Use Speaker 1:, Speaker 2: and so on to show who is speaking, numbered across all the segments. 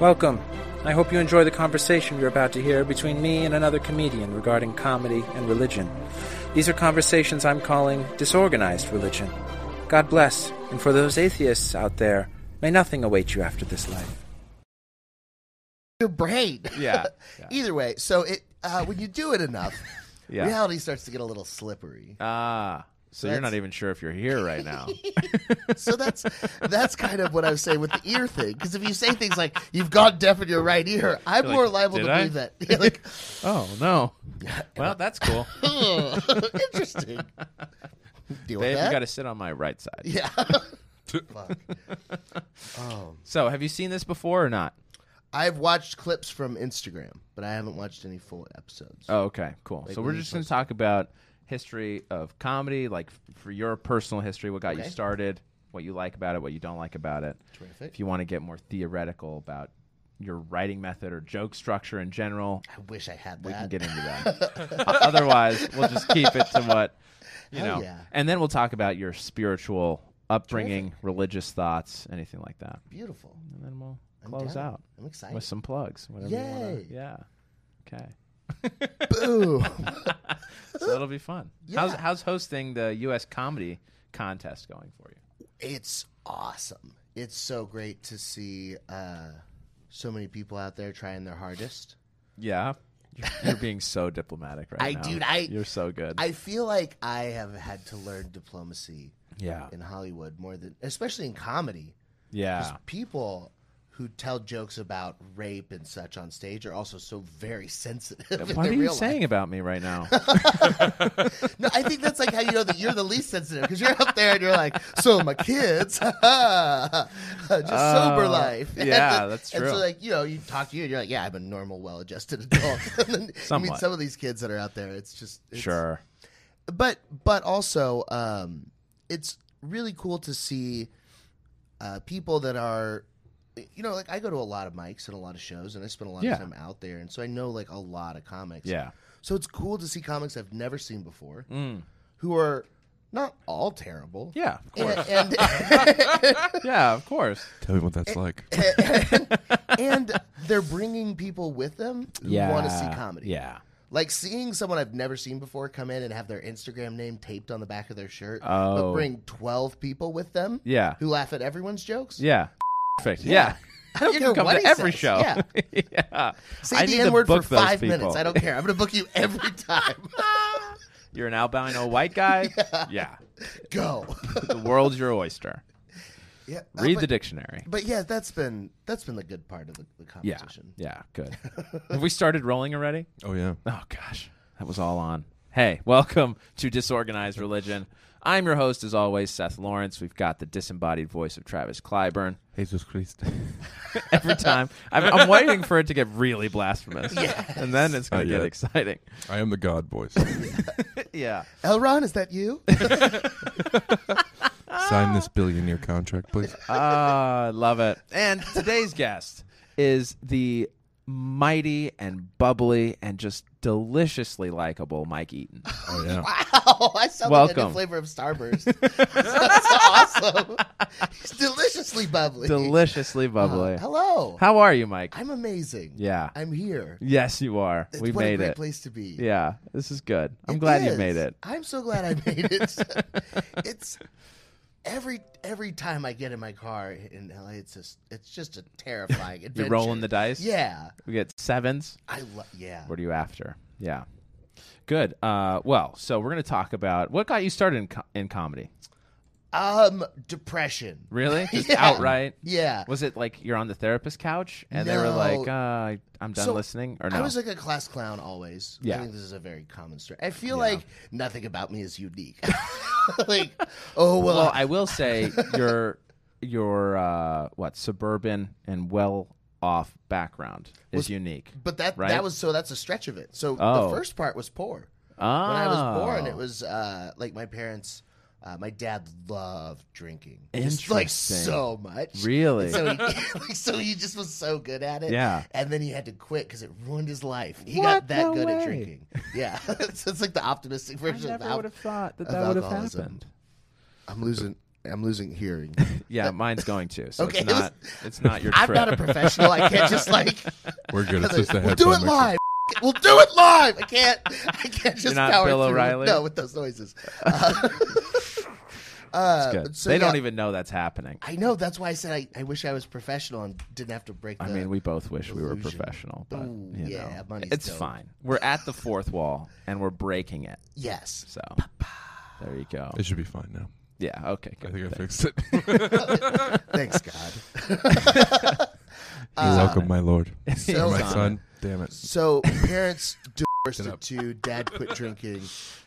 Speaker 1: Welcome. I hope you enjoy the conversation you're about to hear between me and another comedian regarding comedy and religion. These are conversations I'm calling disorganized religion. God bless, and for those atheists out there, may nothing await you after this life.
Speaker 2: your brain.
Speaker 3: Yeah, yeah.
Speaker 2: Either way, so it uh, when you do it enough,
Speaker 3: Yeah.
Speaker 2: reality starts to get a little slippery.
Speaker 3: Ah, so you're
Speaker 2: That's-
Speaker 3: not even sure if you're here right now.
Speaker 2: So that's that's kind of what I was saying with the ear thing. Because if you say things like "you've gone deaf in your right ear," I'm more liable to
Speaker 3: "Did I?"
Speaker 2: believe that. You're like,
Speaker 3: oh no. Well, that's cool.
Speaker 2: "Huh, "Oh, interesting. Deal
Speaker 3: Dave,
Speaker 2: with
Speaker 3: you
Speaker 2: that.
Speaker 3: got to sit on my right side.
Speaker 2: yeah. Fuck.
Speaker 3: So, have you seen this before or not?
Speaker 2: I've watched clips from Instagram, but I haven't watched any full episodes.
Speaker 3: Oh, okay, cool. so
Speaker 2: when
Speaker 3: we're
Speaker 2: you
Speaker 3: just going to talk about history of comedy, like f- for your personal history, what got you
Speaker 2: Okay.
Speaker 3: started, what you like about it, what you don't like about it.
Speaker 2: Terrific.
Speaker 3: If you want to get more theoretical about your writing method or joke structure in general,
Speaker 2: I wish I had that.
Speaker 3: we can get into that. O- Otherwise, we'll just keep it to what you
Speaker 2: Hell
Speaker 3: know,
Speaker 2: yeah.
Speaker 3: and then we'll talk about your spiritual upbringing, religious thoughts, anything like that,
Speaker 2: Beautiful.
Speaker 3: and then we'll
Speaker 2: I'm
Speaker 3: close
Speaker 2: down.
Speaker 3: out
Speaker 2: I'm excited.
Speaker 3: with some plugs. Whatever you wanna-
Speaker 2: Yay.
Speaker 3: yeah. Okay.
Speaker 2: Ooh.
Speaker 3: So that'll be fun. How's how's hosting the U.S. comedy contest going for you?
Speaker 2: it's awesome. It's so great to see uh, so many people out there trying their hardest.
Speaker 3: Yeah. You're, you're being so diplomatic right
Speaker 2: I-
Speaker 3: now.
Speaker 2: dude, I-
Speaker 3: you're so good.
Speaker 2: I feel like I have had to learn diplomacy
Speaker 3: yeah,
Speaker 2: in Hollywood more than, especially in comedy.
Speaker 3: yeah,
Speaker 2: People who tell jokes about rape and such on stage are also so very sensitive. in
Speaker 3: What
Speaker 2: their
Speaker 3: are you
Speaker 2: real life.
Speaker 3: saying about me right now?
Speaker 2: No, I think that's like how you know that you're the least sensitive because you're up there and you're like, so my kids, just sober
Speaker 3: Oh,
Speaker 2: life.
Speaker 3: yeah, that's
Speaker 2: And so
Speaker 3: true.
Speaker 2: like you know, you talk to you and you're like, yeah, I'm a normal, well-adjusted adult. and then you meet
Speaker 3: Somewhat.
Speaker 2: some of these kids that are out there. It's just it's,
Speaker 3: sure.
Speaker 2: but but also um, it's really cool to see uh, people that are you know like I go to a lot of mics and a lot of shows and I spend a lot
Speaker 3: Yeah.
Speaker 2: of time out there and so I know like a lot of comics.
Speaker 3: Yeah.
Speaker 2: So it's cool to see comics I've never seen before who are not all terrible.
Speaker 3: Mm. Yeah, of course.
Speaker 2: And
Speaker 3: yeah, of course.
Speaker 4: Tell me what that's like.
Speaker 2: and, and they're bringing people with them who want to see comedy.
Speaker 3: Yeah.
Speaker 2: Like seeing someone I've never seen before come in and have their Instagram name taped on the back of their shirt, but
Speaker 3: Oh.
Speaker 2: bring 12 people with them
Speaker 3: Yeah.
Speaker 2: who laugh at everyone's jokes.
Speaker 3: Yeah. Perfect. Yeah. I
Speaker 2: You
Speaker 3: can
Speaker 2: know
Speaker 3: come
Speaker 2: what
Speaker 3: to
Speaker 2: he
Speaker 3: every
Speaker 2: says.
Speaker 3: show.
Speaker 2: Yeah.
Speaker 3: Yeah.
Speaker 2: Say
Speaker 3: I need
Speaker 2: the
Speaker 3: to
Speaker 2: N word for
Speaker 3: book those
Speaker 2: five
Speaker 3: people.
Speaker 2: minutes. I don't care. I'm going to book you every time.
Speaker 3: You're an albino white guy. yeah.
Speaker 2: Go.
Speaker 3: The world's your oyster.
Speaker 2: yeah, uh,
Speaker 3: Read
Speaker 2: but,
Speaker 3: the dictionary.
Speaker 2: But yeah, that's been that's been the good part of the, the
Speaker 3: Yeah.
Speaker 2: competition.
Speaker 3: Yeah. Good. Have we started rolling already?
Speaker 4: Oh yeah.
Speaker 3: Oh gosh, that was all on. Hey, welcome to Disorganized Religion. I'm your host, as always, Seth Lawrence. We've got the disembodied voice of Travis Clyburn.
Speaker 4: Jesus Christ.
Speaker 3: Every time, I'm, I'm waiting for it to get really blasphemous, and then it's going
Speaker 4: Not
Speaker 3: to get
Speaker 4: yet.
Speaker 3: exciting.
Speaker 4: I am the God voice.
Speaker 3: yeah.
Speaker 2: Elron, is that you?
Speaker 4: Sign this billionaire contract, please.
Speaker 3: Ah, I love it. And today's guest is the mighty and bubbly and just deliciously likable Mike Eaton.
Speaker 4: Oh yeah.
Speaker 2: Wow, I sound like a new
Speaker 3: Welcome.
Speaker 2: flavor of Starburst. That's awesome. He's deliciously bubbly. Uh,
Speaker 3: Deliciously bubbly.
Speaker 2: Hello.
Speaker 3: How are you, Mike?
Speaker 2: I'm amazing.
Speaker 3: Yeah.
Speaker 2: I'm here.
Speaker 3: Yes, you are. we
Speaker 2: what
Speaker 3: made
Speaker 2: a great
Speaker 3: it.
Speaker 2: place to be.
Speaker 3: Yeah, this is good. I'm
Speaker 2: It
Speaker 3: glad you
Speaker 2: is.
Speaker 3: made it.
Speaker 2: I'm so glad I made it. it's every every time I get in my car in LA, it's just it's just a terrifying adventure.
Speaker 3: You're rolling the dice.
Speaker 2: Yeah.
Speaker 3: We get sevens.
Speaker 2: I love yeah.
Speaker 3: What are you after? Yeah. Good. Uh, well, so we're going to talk about what got you started in, co- in comedy.
Speaker 2: Um depression.
Speaker 3: Really? Just
Speaker 2: Yeah.
Speaker 3: outright?
Speaker 2: Yeah.
Speaker 3: Was it like you're on the therapist couch and they were
Speaker 2: No.
Speaker 3: like, uh, I'm done
Speaker 2: So,
Speaker 3: listening? Or no?
Speaker 2: I was like a class clown always. I
Speaker 3: Yeah.
Speaker 2: think this is a very common story. I feel like nothing about me is unique. like, oh well,
Speaker 3: well, I will say your your uh, what suburban and well off background is unique.
Speaker 2: but that
Speaker 3: right?
Speaker 2: that was so that's a stretch of it. So
Speaker 3: Oh.
Speaker 2: the first part was poor.
Speaker 3: oh.
Speaker 2: When I was born, it was uh, like my parents. Uh, my dad loved drinking, Just, like
Speaker 3: Interesting.
Speaker 2: so much.
Speaker 3: Really?
Speaker 2: And so he, like, so he just was so good at it.
Speaker 3: Yeah.
Speaker 2: and then he had to quit because it ruined his life. He got
Speaker 3: What?
Speaker 2: that
Speaker 3: No
Speaker 2: good at
Speaker 3: way.
Speaker 2: drinking. Yeah, so it's like the optimistic
Speaker 3: I
Speaker 2: version
Speaker 3: never
Speaker 2: of
Speaker 3: would
Speaker 2: al-
Speaker 3: have thought that
Speaker 2: of
Speaker 3: that would have
Speaker 2: alcoholism.
Speaker 3: happened.
Speaker 2: I'm losing. I'm losing hearing.
Speaker 3: Yeah, mine's going to. So
Speaker 2: Okay,
Speaker 3: it's not. It's not your
Speaker 2: I'm
Speaker 3: trip.
Speaker 2: not a professional. I can't just like
Speaker 4: We're good. It's
Speaker 2: I was
Speaker 4: just a
Speaker 2: like, we'll
Speaker 4: headphone.
Speaker 2: do it
Speaker 4: mixer.
Speaker 2: live. We'll do it live. I can't. I can't just
Speaker 3: not
Speaker 2: power
Speaker 3: Bill
Speaker 2: through with-
Speaker 3: O'Reilly?
Speaker 2: No, with those noises. Uh, uh,
Speaker 3: It's good.
Speaker 2: so,
Speaker 3: they
Speaker 2: yeah,
Speaker 3: don't even know that's happening.
Speaker 2: I know. That's why I said I, I wish I was professional and didn't have to break. The,
Speaker 3: I mean, we both wish we were
Speaker 2: illusion.
Speaker 3: professional, but
Speaker 2: Ooh,
Speaker 3: you
Speaker 2: yeah,
Speaker 3: know,
Speaker 2: money's
Speaker 3: it's
Speaker 2: dope.
Speaker 3: fine. We're at the fourth wall and we're breaking it.
Speaker 2: yes.
Speaker 3: So there you go.
Speaker 4: It should be fine now.
Speaker 3: Yeah. Okay.
Speaker 4: I
Speaker 3: Good.
Speaker 4: think I
Speaker 3: Thanks.
Speaker 4: fixed it.
Speaker 2: Thanks, God.
Speaker 4: You're
Speaker 2: Uh,
Speaker 4: welcome, my lord.
Speaker 2: So-
Speaker 4: Or my
Speaker 3: It's on
Speaker 4: son. Damn it.
Speaker 2: So parents divorced
Speaker 4: Get
Speaker 2: at
Speaker 4: up.
Speaker 2: two. Dad quit drinking,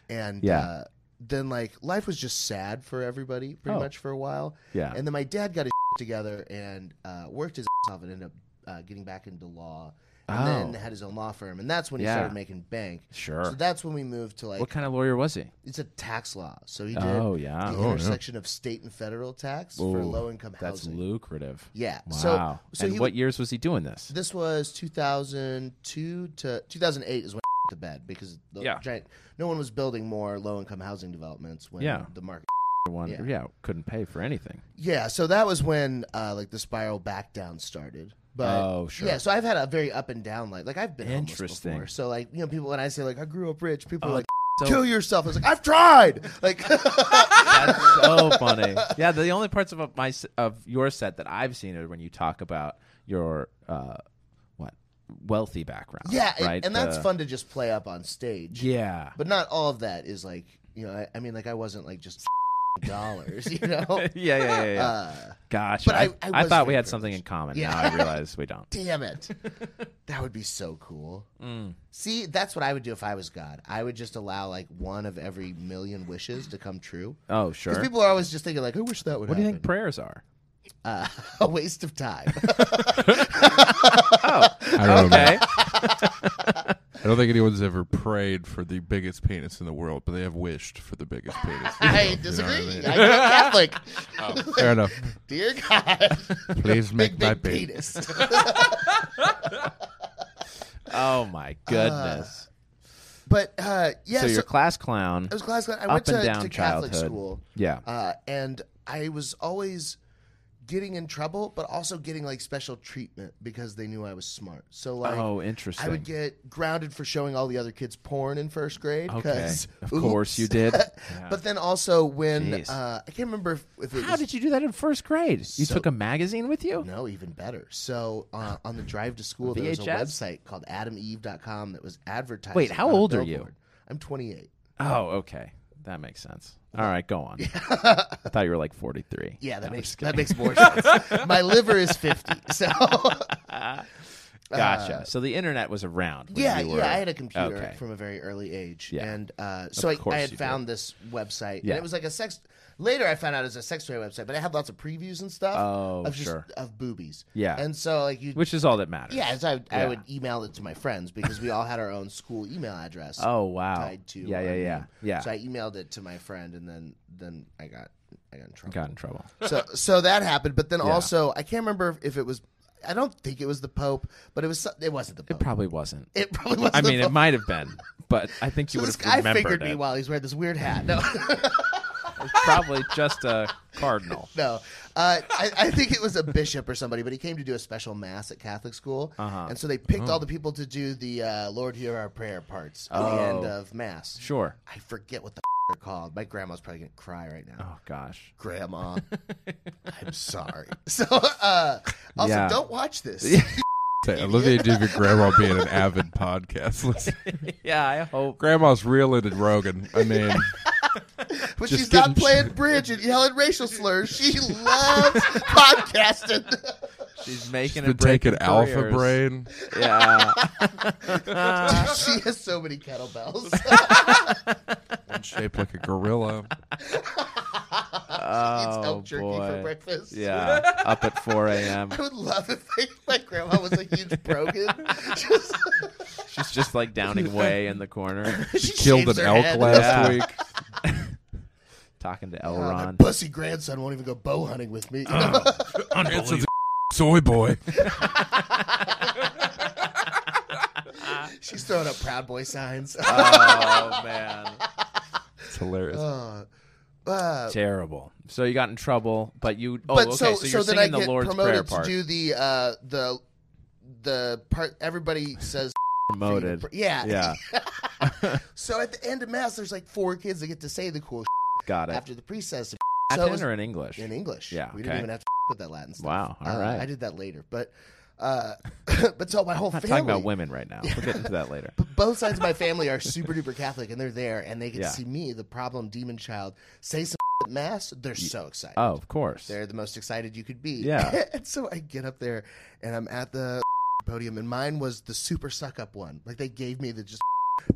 Speaker 2: and
Speaker 3: Yeah.
Speaker 2: uh, then like life was just sad for everybody pretty
Speaker 3: Oh.
Speaker 2: much for a while.
Speaker 3: Yeah.
Speaker 2: And then my dad got his shit together and uh, worked his ass off and ended up uh, getting back into law. And then
Speaker 3: Oh.
Speaker 2: had his own law firm. And that's when he
Speaker 3: Yeah.
Speaker 2: started making bank.
Speaker 3: Sure.
Speaker 2: So that's when we moved to like,
Speaker 3: what kind of lawyer was he?
Speaker 2: it's a tax law. So he did
Speaker 3: Oh yeah.
Speaker 2: the
Speaker 4: Oh, yeah.
Speaker 2: intersection of state and federal tax for
Speaker 3: Ooh,
Speaker 2: low income
Speaker 3: That's
Speaker 2: housing.
Speaker 3: lucrative.
Speaker 2: Yeah.
Speaker 3: Wow.
Speaker 2: So, so
Speaker 3: and
Speaker 2: he,
Speaker 3: what years was he doing this?
Speaker 2: this was 2002 to 2008 is when I to bed because the
Speaker 3: Yeah.
Speaker 2: giant, no one was building more low income housing developments when
Speaker 3: Yeah.
Speaker 2: the market.
Speaker 3: One, yeah.
Speaker 2: yeah.
Speaker 3: couldn't pay for anything.
Speaker 2: Yeah, so that was when uh, like the spiral back down started. But
Speaker 3: Oh, sure.
Speaker 2: Yeah, so I've had a very up and down life. Like I've been homeless
Speaker 3: Interesting. Uh,
Speaker 2: before. So like you know, people when I say like I grew up rich, people are like
Speaker 3: so-
Speaker 2: kill yourself. I was like I've tried. Like
Speaker 3: That's so funny. Yeah, the only parts of my of your set that I've seen are when you talk about your uh, what wealthy background.
Speaker 2: yeah, and-
Speaker 3: right?
Speaker 2: and, that's
Speaker 3: The-
Speaker 2: fun to just play up on stage.
Speaker 3: Yeah,
Speaker 2: but not all of that is like you know. I, I mean, like I wasn't like just dollars. You know.
Speaker 3: yeah, yeah, yeah. yeah, yeah.
Speaker 2: Uh,
Speaker 3: Gosh,
Speaker 2: but
Speaker 3: I,
Speaker 2: I- I
Speaker 3: I
Speaker 2: was
Speaker 3: thought we
Speaker 2: very
Speaker 3: had something in common.
Speaker 2: Yeah.
Speaker 3: Now I realize we don't.
Speaker 2: damn it. That would be so cool.
Speaker 3: Mm.
Speaker 2: See, that's what I would do if I was God. I would just allow like one of every million wishes to come true.
Speaker 3: Oh, sure.
Speaker 2: Because people are always just thinking like, I wish that would
Speaker 3: what do
Speaker 2: happen.
Speaker 3: you think prayers are?
Speaker 2: Uh, a waste of time.
Speaker 4: I don't know.
Speaker 3: Okay.
Speaker 4: I don't think anyone's ever prayed for the biggest penis in the world, but they have wished for the biggest penis. in the world, you know
Speaker 2: I
Speaker 4: what
Speaker 2: disagree.
Speaker 4: mean?
Speaker 2: I'm not Catholic.
Speaker 3: Oh.
Speaker 4: Fair enough.
Speaker 2: Dear God,
Speaker 4: Please
Speaker 2: big
Speaker 4: make my
Speaker 2: big
Speaker 4: penis.
Speaker 2: penis.
Speaker 3: oh my goodness.
Speaker 2: but uh, yeah,
Speaker 3: so,
Speaker 2: so,
Speaker 3: your class clown.
Speaker 2: I was class. I
Speaker 3: up
Speaker 2: went
Speaker 3: and
Speaker 2: to,
Speaker 3: down
Speaker 2: to Catholic
Speaker 3: childhood.
Speaker 2: school.
Speaker 3: Yeah.
Speaker 2: uh, and I was always getting in trouble, but also getting like special treatment because they knew I was smart. So like,
Speaker 3: oh, interesting.
Speaker 2: I would get grounded for showing all the other kids porn in first grade.
Speaker 3: okay.
Speaker 2: 'cause-
Speaker 3: Of
Speaker 2: oops.
Speaker 3: course you did. Yeah.
Speaker 2: But then also when
Speaker 3: Jeez.
Speaker 2: uh, I can't remember if, if it
Speaker 3: How
Speaker 2: was
Speaker 3: did you do that in first grade? You
Speaker 2: So-
Speaker 3: took a magazine with you? Oh.
Speaker 2: no, even better. So uh, on the drive to school, there was a
Speaker 3: VHS?
Speaker 2: website called AdamEve.com that was advertising.
Speaker 3: Wait, how
Speaker 2: on a
Speaker 3: old are you?
Speaker 2: billboard. I'm 28.
Speaker 3: Oh, okay. That makes sense. All right, go on. I thought you were like 43.
Speaker 2: Uh-huh. Yeah, that
Speaker 3: I'm
Speaker 2: makes
Speaker 3: just
Speaker 2: that
Speaker 3: kidding.
Speaker 2: makes more sense. My liver is 50, so
Speaker 3: Gotcha. so the internet was around. when
Speaker 2: Yeah,
Speaker 3: you were-
Speaker 2: yeah. I had a computer
Speaker 3: Okay.
Speaker 2: from a very early age,
Speaker 3: Yeah.
Speaker 2: and uh, so I,
Speaker 3: course
Speaker 2: I
Speaker 3: you
Speaker 2: had
Speaker 3: did.
Speaker 2: found this website,
Speaker 3: Yeah.
Speaker 2: and it was like a sex. Later, I found out it was a sex toy website, but it had lots of previews and stuff.
Speaker 3: Oh,
Speaker 2: of just,
Speaker 3: sure.
Speaker 2: of boobies.
Speaker 3: Yeah.
Speaker 2: and so like you,
Speaker 3: Which is all that matters.
Speaker 2: yeah, so I, I
Speaker 3: Yeah.
Speaker 2: would email it to my friends because we all had our own school email address.
Speaker 3: Oh, wow.
Speaker 2: tied to
Speaker 3: Yeah,
Speaker 2: our
Speaker 3: yeah, yeah.
Speaker 2: name.
Speaker 3: Yeah.
Speaker 2: So I emailed it to my friend, and then then I got I got in trouble.
Speaker 3: Got in trouble.
Speaker 2: So so that happened, but then also I can't remember if it was. I don't think it was the Pope, but it was. so- It wasn't the Pope. It probably,
Speaker 3: Probably wasn't.
Speaker 2: wasn't.
Speaker 3: I
Speaker 2: the
Speaker 3: mean,
Speaker 2: Pope.
Speaker 3: it might have been, but I think you
Speaker 2: So
Speaker 3: would
Speaker 2: this
Speaker 3: have
Speaker 2: guy
Speaker 3: remembered
Speaker 2: figured
Speaker 3: it.
Speaker 2: me while he's wearing this weird hat. No,
Speaker 3: Probably just a cardinal.
Speaker 2: no. Uh, I, I think it was a bishop or somebody, but he came to do a special mass at Catholic school,
Speaker 3: Uh-huh.
Speaker 2: and so they picked
Speaker 3: Hmm.
Speaker 2: all the people to do the uh, "Lord, hear our prayer" parts at the end
Speaker 3: Oh.
Speaker 2: of mass.
Speaker 3: Sure.
Speaker 2: I forget what the they're called. My grandma's probably gonna cry right now.
Speaker 3: Oh gosh.
Speaker 2: Grandma, I'm sorry. So, uh, also,
Speaker 3: Yeah.
Speaker 2: don't watch this.
Speaker 4: Say, I love the idea of your grandma being an avid podcast listener.
Speaker 3: yeah, I hope.
Speaker 4: Grandma's real into Rogan. I mean,
Speaker 2: When
Speaker 4: Just
Speaker 2: she's not
Speaker 4: kidding.
Speaker 2: playing bridge and yelling racial slurs, she loves podcasting.
Speaker 3: She's making
Speaker 4: to
Speaker 3: it break
Speaker 4: take an
Speaker 3: her
Speaker 4: alpha
Speaker 3: careers.
Speaker 4: brain.
Speaker 3: Yeah. Uh.
Speaker 2: she has so many kettlebells.
Speaker 4: One shaped like a gorilla.
Speaker 2: eats
Speaker 3: oh
Speaker 2: elk jerky for
Speaker 3: boy.
Speaker 2: breakfast.
Speaker 3: Yeah. Up at 4 a.m.
Speaker 2: I would love if they, my grandma was a huge brogan. Just,
Speaker 3: She's just like downing way in the corner,
Speaker 2: she
Speaker 4: Killed
Speaker 2: shaves
Speaker 4: an
Speaker 2: her
Speaker 4: elk
Speaker 2: head.
Speaker 4: last
Speaker 3: Yeah.
Speaker 4: week.
Speaker 3: talking to
Speaker 2: Oh, my
Speaker 3: Elrond.
Speaker 2: pussy grandson won't even go bow hunting with me.
Speaker 3: Oh.
Speaker 4: Anson's a soy boy.
Speaker 2: She's throwing up Proud Boy signs.
Speaker 3: oh man.
Speaker 4: It's hilarious.
Speaker 2: Uh, uh,
Speaker 3: Terrible. So you got in trouble, but you. Oh,
Speaker 2: but
Speaker 3: okay.
Speaker 2: so,
Speaker 3: So, you're
Speaker 2: then I
Speaker 3: singing
Speaker 2: get
Speaker 3: the Lord's Prayer
Speaker 2: promoted
Speaker 3: part.
Speaker 2: to do the uh, the the part. Everybody says
Speaker 3: promoted.
Speaker 2: yeah,
Speaker 3: Yeah,
Speaker 2: So at the end of mass, there's like four kids that get to say the cool
Speaker 3: got it.
Speaker 2: after the priest says some
Speaker 3: Latin
Speaker 2: so it was
Speaker 3: or in English?
Speaker 2: in English.
Speaker 3: Yeah,
Speaker 2: we
Speaker 3: okay.
Speaker 2: didn't even have to with that Latin stuff.
Speaker 3: Wow. All
Speaker 2: Uh,
Speaker 3: right.
Speaker 2: I did that later, but uh, but so my whole
Speaker 3: I'm not
Speaker 2: family.
Speaker 3: talking about women right now. We'll get into that later.
Speaker 2: But both sides of my family are super duper Catholic, and they're there, and they can
Speaker 3: Yeah.
Speaker 2: see me, the problem demon child, say some at mass. They're so excited.
Speaker 3: Oh, of course.
Speaker 2: They're the most excited you could be.
Speaker 3: Yeah.
Speaker 2: and so I get up there, and I'm at the podium, and mine was the super suck up one. Like they gave me the just.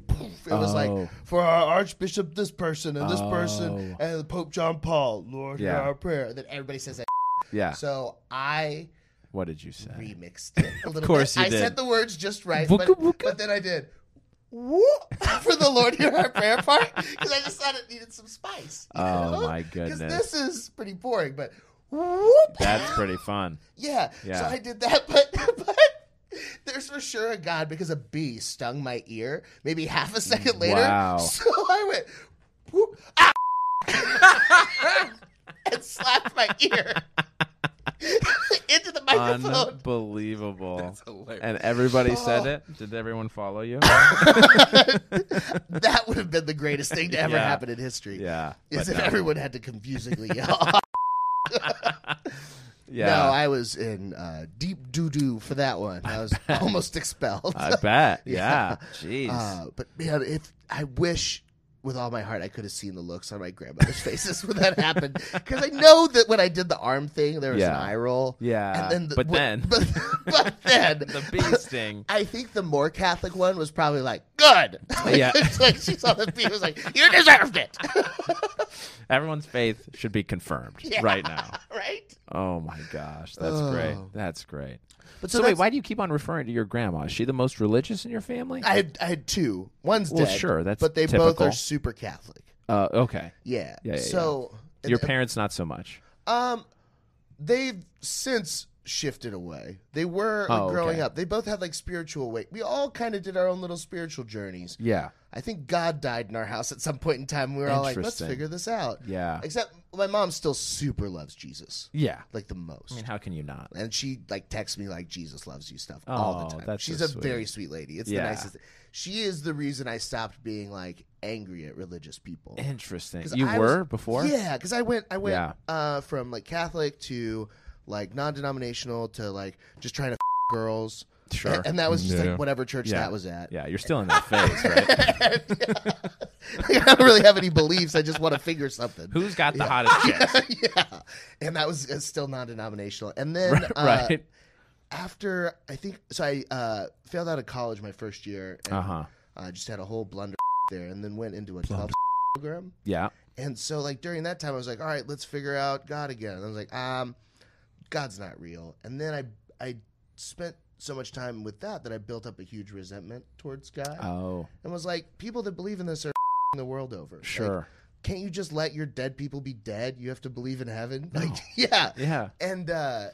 Speaker 2: poof. It was
Speaker 3: Oh.
Speaker 2: like for our Archbishop, this person, and this person,
Speaker 3: Oh.
Speaker 2: and Pope John Paul, Lord, hear
Speaker 3: Yeah.
Speaker 2: our prayer. And then everybody says that.
Speaker 3: Yeah.
Speaker 2: So I
Speaker 3: What did you say?
Speaker 2: remixed it. A little
Speaker 3: course
Speaker 2: bit.
Speaker 3: you
Speaker 2: I
Speaker 3: did.
Speaker 2: said the words just right,
Speaker 3: Wooka
Speaker 2: but,
Speaker 3: wooka.
Speaker 2: but then I did whoop for the Lord hear our prayer part because I just thought it needed some spice. you
Speaker 3: Oh,
Speaker 2: know?
Speaker 3: my
Speaker 2: 'Cause
Speaker 3: goodness.
Speaker 2: this is pretty boring, but whoop.
Speaker 3: That's pretty fun.
Speaker 2: yeah.
Speaker 3: Yeah.
Speaker 2: So I did that, but but. There's for sure a God because a bee stung my ear maybe half a second later.
Speaker 3: Mm, Wow.
Speaker 2: So I went, whoop, ah, and slapped my ear into the microphone.
Speaker 3: Unbelievable.
Speaker 4: hilarious.
Speaker 3: And
Speaker 2: Oh.
Speaker 3: everybody said it. Did everyone follow you?
Speaker 2: that would have been the greatest thing to ever
Speaker 3: Yeah.
Speaker 2: happen in history.
Speaker 3: yeah.
Speaker 2: Is
Speaker 3: but
Speaker 2: if
Speaker 3: no.
Speaker 2: everyone had to confusingly yell.
Speaker 3: Yeah.
Speaker 2: No, I was in uh, deep doo doo for that one. I was almost expelled.
Speaker 3: I bet. Yeah.
Speaker 2: Yeah.
Speaker 3: Jeez.
Speaker 2: Uh, but man, if I wish with all my heart I could have seen the looks on my grandmother's faces when that happened, because I know that when I did the arm thing, there was
Speaker 3: Yeah.
Speaker 2: an eye roll.
Speaker 3: yeah.
Speaker 2: and then the-
Speaker 3: but
Speaker 2: what-
Speaker 3: then
Speaker 2: but, but then
Speaker 3: the bee sting.
Speaker 2: I think the more Catholic one was probably like, "Good."
Speaker 3: Yeah.
Speaker 2: It's like she saw the bee was like, "You deserved it."
Speaker 3: Everyone's faith should be confirmed
Speaker 2: Yeah.
Speaker 3: right now.
Speaker 2: right?
Speaker 3: Oh my gosh, that's great.
Speaker 2: Oh.
Speaker 3: That's great.
Speaker 2: But
Speaker 3: So,
Speaker 2: so
Speaker 3: wait,
Speaker 2: that's-
Speaker 3: why do you keep on referring to your grandma? Is she the most religious in your family?
Speaker 2: I had I had two. One's
Speaker 3: Well,
Speaker 2: dead.
Speaker 3: sure, that's
Speaker 2: but they both
Speaker 3: typical.
Speaker 2: are super Catholic.
Speaker 3: uh, okay.
Speaker 2: Yeah.
Speaker 3: Yeah, yeah,
Speaker 2: so and-
Speaker 3: Your parents not so much.
Speaker 2: um, they've since shifted away. They were like,
Speaker 3: Oh, okay.
Speaker 2: growing up. They both had like spiritual weight. We all kind of did our own little spiritual journeys.
Speaker 3: Yeah.
Speaker 2: I think God died in our house at some point in time. and We were all like, let's
Speaker 3: Interesting.
Speaker 2: figure this out.
Speaker 3: Yeah.
Speaker 2: Except my mom still super loves Jesus,
Speaker 3: Yeah.
Speaker 2: like the
Speaker 3: I
Speaker 2: most.
Speaker 3: mean, how can you not?
Speaker 2: and she like texts me like Jesus loves you stuff all the
Speaker 3: Oh,
Speaker 2: time.
Speaker 3: that's
Speaker 2: She's
Speaker 3: so
Speaker 2: a
Speaker 3: sweet.
Speaker 2: very sweet lady. It's
Speaker 3: Yeah.
Speaker 2: the nicest. She is the reason I stopped being like angry at religious people.
Speaker 3: Interesting.
Speaker 2: 'Cause
Speaker 3: You
Speaker 2: I was-
Speaker 3: were before?
Speaker 2: Yeah, because I went I went
Speaker 3: Yeah.
Speaker 2: uh, from like Catholic to like non-denominational to like just trying to f- girls.
Speaker 3: Sure.
Speaker 2: And, and that was just
Speaker 4: Yeah.
Speaker 2: like whatever church
Speaker 3: Yeah.
Speaker 2: that was at.
Speaker 3: Yeah, you're still in that phase, right?
Speaker 2: I don't really have any beliefs. I just want to figure something.
Speaker 3: Who's got the hottest chick?
Speaker 2: yeah. And that was uh, still non-denominational. And then uh,
Speaker 3: right?
Speaker 2: after I think so I uh, failed out of college my first year and
Speaker 3: Uh huh.
Speaker 2: uh, just had a whole blunder there and then went into a 12 program.
Speaker 3: Yeah.
Speaker 2: And so like during that time I was like, all right, let's figure out God again. And I was like, um God's not real. And then I I spent so much time with that that I built up a huge resentment towards God
Speaker 3: Oh,
Speaker 2: and was like, people that believe in this are the world over. Like,
Speaker 3: sure.
Speaker 2: can't you just let your dead people be dead? You have to believe in heaven. Like, yeah
Speaker 3: yeah.
Speaker 2: and uh,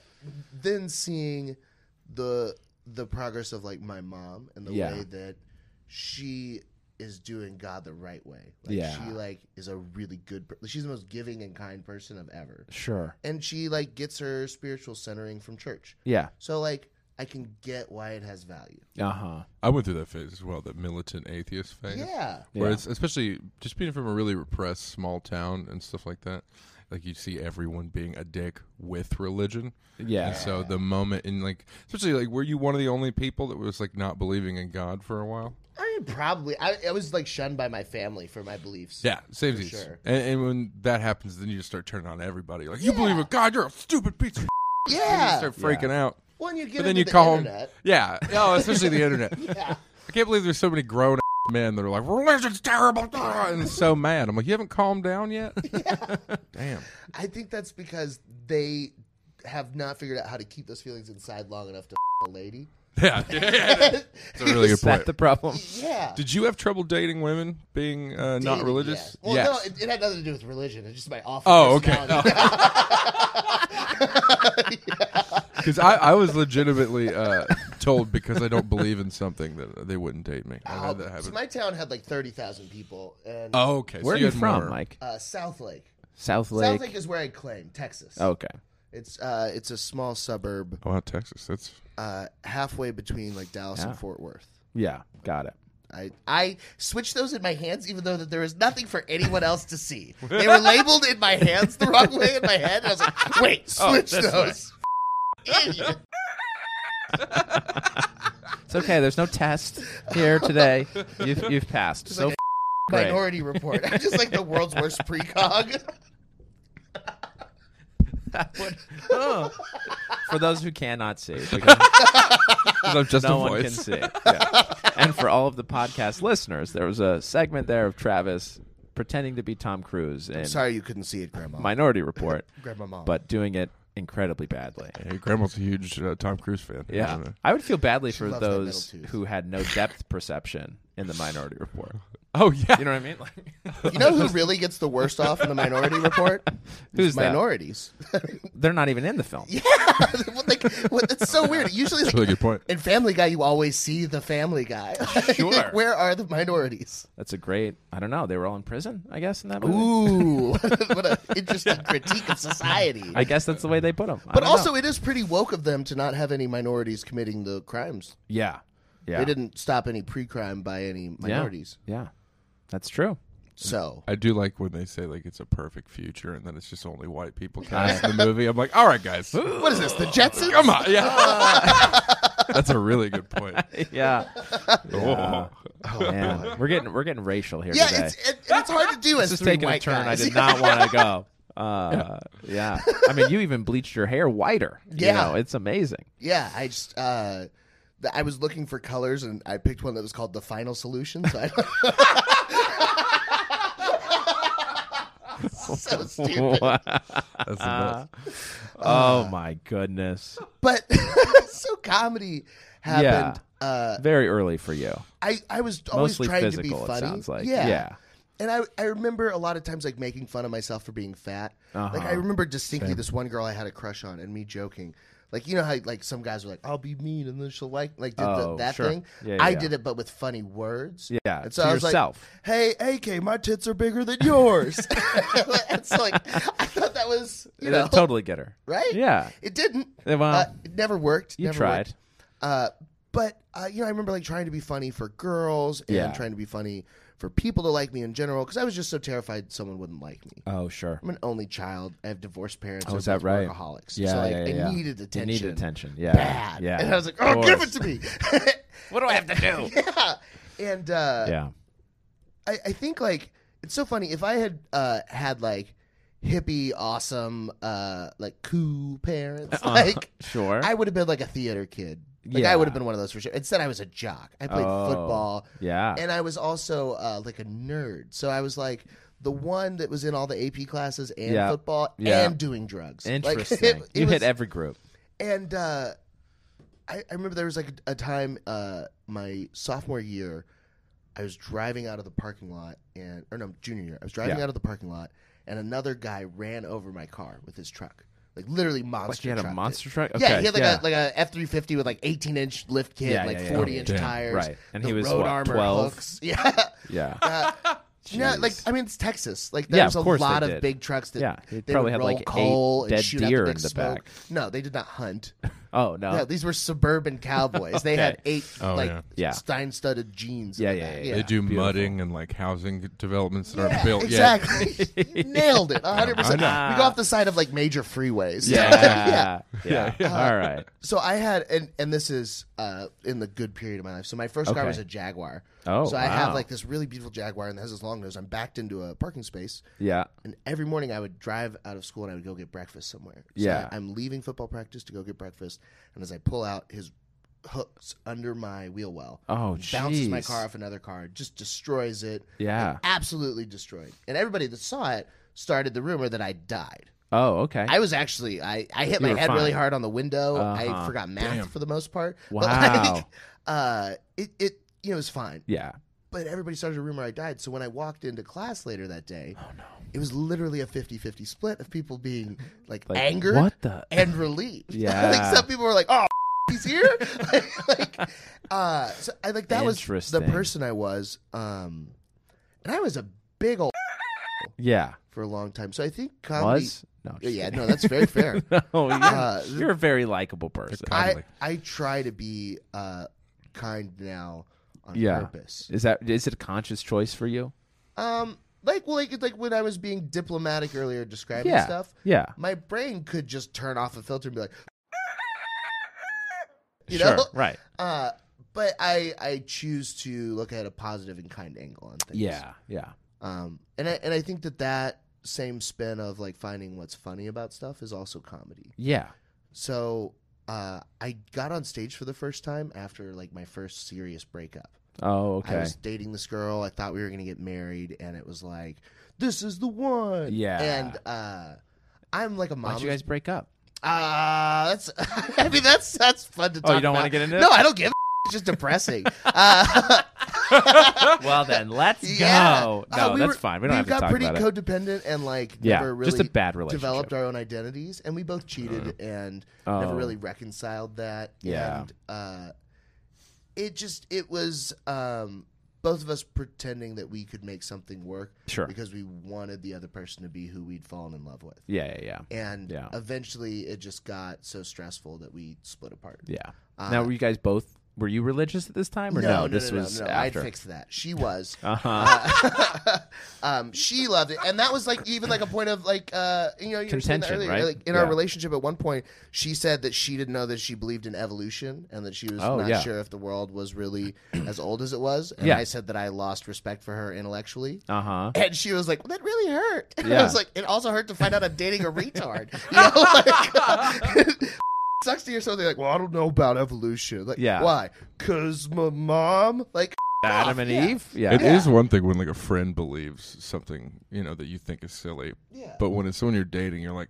Speaker 2: then seeing the the progress of like my mom and the
Speaker 3: Yeah.
Speaker 2: way that she is doing God the right way. Like
Speaker 3: Yeah.
Speaker 2: she like is a really good. Per- she's the most giving and kind person I've ever.
Speaker 3: Sure.
Speaker 2: And she like gets her spiritual centering from church.
Speaker 3: Yeah.
Speaker 2: So like I can get why it has value.
Speaker 3: Uh huh.
Speaker 4: I went through that phase as well, that militant atheist phase.
Speaker 2: Yeah.
Speaker 4: Where
Speaker 3: Yeah.
Speaker 4: it's especially just being from a really repressed small town and stuff like that. Like you see everyone being a dick with religion.
Speaker 3: Yeah.
Speaker 4: And so the moment in like especially like were you one of the only people that was like not believing in God for a while?
Speaker 2: I mean, probably I, I was like shunned by my family for my beliefs.
Speaker 4: Yeah, same thing.
Speaker 2: sure.
Speaker 4: And, and when that happens, then you just start turning on everybody. Like you believe in God, you're a stupid piece. of You
Speaker 2: Yeah.
Speaker 4: start freaking out.
Speaker 2: When you get
Speaker 4: But then
Speaker 2: into
Speaker 4: you
Speaker 2: the
Speaker 4: call
Speaker 2: internet,
Speaker 4: him. Yeah. No, especially the internet.
Speaker 2: yeah.
Speaker 4: I can't believe there's so many grown men that are like religion's terrible and so mad. I'm like, you haven't calmed down yet. Damn.
Speaker 2: I think that's because they have not figured out how to keep those feelings inside long enough to f- a lady.
Speaker 4: Yeah. That's a really good
Speaker 3: Is that
Speaker 4: point.
Speaker 3: the problem?
Speaker 2: Yeah.
Speaker 4: Did you have trouble dating women being uh, not
Speaker 2: Dating,
Speaker 4: religious?
Speaker 2: yeah. Well,
Speaker 4: Yes.
Speaker 2: no, it, it had nothing to do with religion. It's just my off.
Speaker 4: Oh, okay.
Speaker 2: personality.
Speaker 4: Because I, I was legitimately uh, told because I don't believe in something that they wouldn't date me. I had that
Speaker 2: so
Speaker 4: happen.
Speaker 2: my town had like 30,000 people. And
Speaker 4: Oh, okay.
Speaker 3: Where are
Speaker 4: so you
Speaker 3: you
Speaker 4: had
Speaker 3: from,
Speaker 4: more.
Speaker 3: Mike?
Speaker 2: uh, South Lake.
Speaker 3: South Lake. Oh.
Speaker 2: South Lake is where I claim Texas.
Speaker 3: Okay.
Speaker 2: It's uh, it's a small suburb
Speaker 4: Oh, wow, Texas. That's
Speaker 2: uh, halfway between like Dallas and
Speaker 3: Yeah.
Speaker 2: Fort Worth.
Speaker 3: Yeah, got it.
Speaker 2: I I switched those in my hands, even though that there was nothing for anyone else to see. They were labeled in my hands the wrong way in my head. And I was like, wait, switch those. Idiot.
Speaker 3: It's okay. There's no test here today. You've you've passed. So
Speaker 2: like
Speaker 3: f- great.
Speaker 2: Minority Report. I'm just like the world's worst precog.
Speaker 3: That would- oh. For those who cannot see, because
Speaker 4: I'm just
Speaker 3: no
Speaker 4: a
Speaker 3: one can
Speaker 4: voice.
Speaker 3: see. Yeah. And for all of the podcast listeners, there was a segment there of Travis pretending to be Tom Cruise in
Speaker 2: Sorry you couldn't see it, Grandma.
Speaker 3: Minority Report,
Speaker 2: Grandma Mom.
Speaker 3: but doing it incredibly badly.
Speaker 4: Yeah, your grandma's a huge uh, Tom Cruise fan. I
Speaker 3: Yeah,
Speaker 4: don't know.
Speaker 3: I would feel badly for
Speaker 2: loves that middle
Speaker 3: those
Speaker 2: tooth.
Speaker 3: who had no depth perception in the Minority Report.
Speaker 4: Oh yeah.
Speaker 3: You know what I mean? Like,
Speaker 2: you know who really gets the worst off in the Minority Report?
Speaker 3: Who's that?
Speaker 2: minorities?
Speaker 3: they're not even in the film.
Speaker 2: yeah, what, like, what, it's so weird. Usually, like,
Speaker 4: That's a really good point.
Speaker 2: in Family Guy, you always see the Family Guy.
Speaker 3: Sure.
Speaker 2: Like, where are the minorities?
Speaker 3: That's a great. I don't know. They were all in prison, I guess, in that movie.
Speaker 2: Ooh, what an interesting critique of society.
Speaker 3: I guess that's the way they put them.
Speaker 2: but also, it is pretty woke of them to not have any minorities committing the crimes.
Speaker 3: yeah, yeah,
Speaker 2: They didn't stop any pre-crime by any minorities.
Speaker 3: Yeah, yeah. that's true.
Speaker 2: So
Speaker 4: I do like when they say like it's a perfect future and then it's just only white people cast in the movie. I'm like, all right, guys, come
Speaker 2: what is this? The Jetsons?
Speaker 4: on, yeah. That's a really good point.
Speaker 3: Yeah,
Speaker 4: Oh.
Speaker 3: man, we're getting we're getting racial here
Speaker 2: Yeah,
Speaker 3: today.
Speaker 2: it's it, it's hard to do as
Speaker 3: this is
Speaker 2: three
Speaker 3: taking a
Speaker 2: white
Speaker 3: turn
Speaker 2: guys.
Speaker 3: I did not want to go. Uh, yeah. I mean, you even bleached your hair whiter.
Speaker 2: Yeah.
Speaker 3: you know, it's amazing.
Speaker 2: yeah, I just uh, th- I was looking for colors and I picked one that was called the Final Solution. So I so stupid.
Speaker 4: That's the
Speaker 2: Uh,
Speaker 4: best.
Speaker 3: oh my goodness,
Speaker 2: But so comedy happened. Uh,
Speaker 3: very early for you.
Speaker 2: I, I was always
Speaker 3: Mostly
Speaker 2: trying to be
Speaker 3: physical, it
Speaker 2: funny.
Speaker 3: sounds like.
Speaker 2: Yeah.
Speaker 3: Yeah.
Speaker 2: And I, I remember a lot of times like making fun of myself for being fat. Like
Speaker 3: Uh-huh.
Speaker 2: I remember distinctly this one girl I had a crush on and me joking. Like you know how like some guys were like I'll be mean and then she'll like like did the-
Speaker 3: Oh,
Speaker 2: that
Speaker 3: sure.
Speaker 2: thing.
Speaker 3: Yeah, yeah,
Speaker 2: I
Speaker 3: yeah.
Speaker 2: did it but with funny words.
Speaker 3: Yeah,
Speaker 2: And so
Speaker 3: to
Speaker 2: I was
Speaker 3: yourself.
Speaker 2: like, "Hey, AK, my tits are bigger than yours." it's like I thought that was you know
Speaker 3: I Uh, totally get her.
Speaker 2: right.
Speaker 3: Yeah.
Speaker 2: It didn't.
Speaker 3: Well,
Speaker 2: uh, it never worked.
Speaker 3: You
Speaker 2: never
Speaker 3: tried.
Speaker 2: worked. Uh, but uh, you know, I remember like trying to be funny for girls and
Speaker 3: Yeah.
Speaker 2: trying to be funny for people to like me in general because I was just so terrified someone wouldn't like me.
Speaker 3: Oh, sure.
Speaker 2: I'm an only child. I have divorced parents.
Speaker 3: Oh, is
Speaker 2: They're both
Speaker 3: that right?
Speaker 2: Workaholics.
Speaker 3: Yeah,
Speaker 2: so like,
Speaker 3: yeah,
Speaker 2: I
Speaker 3: yeah.
Speaker 2: needed
Speaker 3: You
Speaker 2: attention.
Speaker 3: needed attention, yeah,
Speaker 2: bad.
Speaker 3: yeah,
Speaker 2: and I was like,
Speaker 3: of
Speaker 2: oh, give it
Speaker 3: course.
Speaker 2: to me.
Speaker 3: What do I have to do?
Speaker 2: yeah, and uh,
Speaker 3: yeah.
Speaker 2: I, I think like it's so funny. If I had uh, had like hippie, awesome, uh, like cool parents,
Speaker 3: Uh-uh.
Speaker 2: like
Speaker 3: Sure.
Speaker 2: I would have been like a theater kid. Like I
Speaker 3: Yeah.
Speaker 2: would have been one of those for sure. Instead, I was a jock. I played
Speaker 3: Oh,
Speaker 2: football,
Speaker 3: yeah.
Speaker 2: and I was also uh, like a nerd. So I was like the one that was in all the AP classes and
Speaker 3: Yeah.
Speaker 2: football
Speaker 3: Yeah.
Speaker 2: and doing drugs. Like,
Speaker 3: Interesting.
Speaker 2: it- it
Speaker 3: you
Speaker 2: was-
Speaker 3: hit every group.
Speaker 2: and uh, I, I remember there was like a, a time uh, my sophomore year, I was driving out of the parking lot, and or no, junior year, I was driving
Speaker 3: Yeah.
Speaker 2: out of the parking lot, and another guy ran over my car with his truck, like literally monster.
Speaker 3: he had a
Speaker 2: trucked it.
Speaker 3: monster truck?
Speaker 2: Yeah,
Speaker 3: Okay,
Speaker 2: he had like
Speaker 3: yeah.
Speaker 2: a like a F three fifty with like eighteen inch lift kit,
Speaker 3: Yeah,
Speaker 2: like
Speaker 3: yeah, yeah.
Speaker 2: forty
Speaker 3: Oh,
Speaker 2: inch
Speaker 4: damn.
Speaker 2: tires,
Speaker 3: Right. And he
Speaker 2: the
Speaker 3: was,
Speaker 2: road
Speaker 3: what,
Speaker 2: armor
Speaker 3: 12?
Speaker 2: hooks. Yeah.
Speaker 3: Yeah.
Speaker 2: Uh, no,
Speaker 3: Jeez.
Speaker 2: like I mean, it's Texas. Like
Speaker 3: Yeah,
Speaker 2: there's
Speaker 3: of
Speaker 2: a
Speaker 3: course they
Speaker 2: lot of
Speaker 3: did.
Speaker 2: big trucks that
Speaker 3: Yeah,
Speaker 2: they
Speaker 3: they probably
Speaker 2: would
Speaker 3: had,
Speaker 2: roll
Speaker 3: like, eight
Speaker 2: coal and
Speaker 3: dead
Speaker 2: shoot out
Speaker 3: deer
Speaker 2: the big
Speaker 3: in the
Speaker 2: smoke.
Speaker 3: back.
Speaker 2: No, they did not hunt.
Speaker 3: oh no.
Speaker 2: No, these were suburban cowboys. They had eight
Speaker 4: Oh,
Speaker 2: like
Speaker 4: yeah.
Speaker 3: Yeah.
Speaker 2: Stein-studded jeans. in
Speaker 3: Yeah,
Speaker 2: the
Speaker 3: yeah,
Speaker 2: back.
Speaker 3: yeah,
Speaker 4: They do mudding and like housing developments that
Speaker 2: Yeah,
Speaker 4: aren't built yet.
Speaker 2: exactly. You Nailed it. 100. percent We go
Speaker 3: I know.
Speaker 2: off the side of like major freeways.
Speaker 3: yeah. yeah. All right.
Speaker 2: So I had, and and this is uh, in the good period of my life. So my first car
Speaker 3: Okay.
Speaker 2: was a Jaguar.
Speaker 3: Oh,
Speaker 2: so I have
Speaker 3: wow.
Speaker 2: like this really beautiful Jaguar, and it has this long nose. I'm backed into a parking space.
Speaker 3: Yeah.
Speaker 2: And every morning I would drive out of school and I would go get breakfast somewhere. So
Speaker 3: Yeah.
Speaker 2: I, am leaving football practice to go get breakfast. And as I pull out, his hooks under my wheel well.
Speaker 3: Oh,
Speaker 2: Bounces my
Speaker 3: jeez.
Speaker 2: car off another car, just destroys it.
Speaker 3: Yeah.
Speaker 2: Like, absolutely destroyed. And everybody that saw it started the rumor that I died.
Speaker 3: Oh, okay.
Speaker 2: I was actually, I, I hit
Speaker 3: You
Speaker 2: my
Speaker 3: were
Speaker 2: head really
Speaker 3: fine.
Speaker 2: hard on the window. I
Speaker 3: Uh-huh.
Speaker 2: forgot math for the most part. But,
Speaker 3: Wow.
Speaker 2: like, uh, it, it, you know, it was fine
Speaker 3: yeah.
Speaker 2: but everybody started a rumor I died. So when I walked into class later that day, oh no. It was literally a 50-50 split of people being like,
Speaker 3: Like,
Speaker 2: angered
Speaker 3: what the-
Speaker 2: and relieved.
Speaker 3: Yeah.
Speaker 2: like some people were like, "Oh, he's here." like, like, uh so I like that was the
Speaker 3: Interesting.
Speaker 2: person I was um and I was a big old
Speaker 3: Yeah.
Speaker 2: for a long time. So I think comedy. Oh,
Speaker 3: was no, I'm just
Speaker 2: Yeah,
Speaker 3: kidding.
Speaker 2: no, that's very fair.
Speaker 3: no, you're,
Speaker 2: Uh,
Speaker 3: you're a very likable person.
Speaker 2: I
Speaker 4: Kindly.
Speaker 2: I try to be uh, kind now on
Speaker 3: Yeah.
Speaker 2: purpose.
Speaker 3: Is that is it a conscious choice for you?
Speaker 2: Um, like well, like like when I was being diplomatic earlier, describing
Speaker 3: Yeah,
Speaker 2: stuff.
Speaker 3: yeah.
Speaker 2: my brain could just turn off a filter and be like, you
Speaker 3: sure,
Speaker 2: know,
Speaker 3: right?
Speaker 2: Uh, but I I choose to look at a positive and kind angle on things.
Speaker 3: Yeah, yeah,
Speaker 2: Um, and I and I think that that same spin of like finding what's funny about stuff is also comedy.
Speaker 3: yeah.
Speaker 2: So uh, I got on stage for the first time after like my first serious breakup.
Speaker 3: Oh,
Speaker 2: I
Speaker 3: okay.
Speaker 2: was dating this girl. I thought we were gonna get married, and it was like, this is the one.
Speaker 3: Yeah.
Speaker 2: And uh, I'm like a mom.
Speaker 3: Why'd you guys break up?
Speaker 2: Uh, that's. I mean, that's that's fun to talk.
Speaker 3: Oh, you don't
Speaker 2: about.
Speaker 3: wanna get into
Speaker 2: No,
Speaker 3: it?
Speaker 2: I don't give. a It's just depressing. uh,
Speaker 3: well, then let's
Speaker 2: yeah.
Speaker 3: go.
Speaker 2: Uh,
Speaker 3: No,
Speaker 2: we
Speaker 3: that's
Speaker 2: were-
Speaker 3: fine. We don't
Speaker 2: we
Speaker 3: have to
Speaker 2: got
Speaker 3: talk
Speaker 2: pretty
Speaker 3: about it.
Speaker 2: codependent and like
Speaker 3: Yeah,
Speaker 2: never really
Speaker 3: just a bad relationship.
Speaker 2: developed our own identities, and we both cheated and
Speaker 3: Oh.
Speaker 2: never really reconciled that.
Speaker 3: Yeah.
Speaker 2: And, uh, it just it was um, both of us pretending that we could make something work,
Speaker 3: Sure.
Speaker 2: because we wanted the other person to be who we'd fallen in love with.
Speaker 3: Yeah, yeah, yeah,
Speaker 2: And
Speaker 3: Yeah.
Speaker 2: eventually, it just got so stressful that we split apart.
Speaker 3: yeah.
Speaker 2: Uh,
Speaker 3: now, were you guys both? Were you religious at this time or no? this was
Speaker 2: I'd
Speaker 3: after.
Speaker 2: fix that. She was.
Speaker 3: uh-huh.
Speaker 2: Uh, um, she loved it, and that was like even like a point of like uh, you know you were saying that
Speaker 3: Contention,
Speaker 2: earlier.
Speaker 3: right?
Speaker 2: Like in
Speaker 3: Yeah.
Speaker 2: our relationship, at one point, she said that she didn't know that she believed in evolution and that she was
Speaker 3: Oh,
Speaker 2: not
Speaker 3: yeah.
Speaker 2: sure if the world was really as old as it was. And
Speaker 3: Yeah.
Speaker 2: I said that I lost respect for her intellectually.
Speaker 3: Uh huh.
Speaker 2: And she was like, well, "That really hurt." And
Speaker 3: Yeah.
Speaker 2: I was like, "It also hurt to find out I'm dating a retard." You know, like, sucks to hear something like, "Well, I don't know about evolution." Like,
Speaker 3: Yeah.
Speaker 2: why? Cause my mom. Like,
Speaker 3: Adam and Eve. Yeah.
Speaker 4: It is one thing when like a friend believes something you know that you think is silly,
Speaker 2: Yeah.
Speaker 4: but when it's someone you're dating, you're like,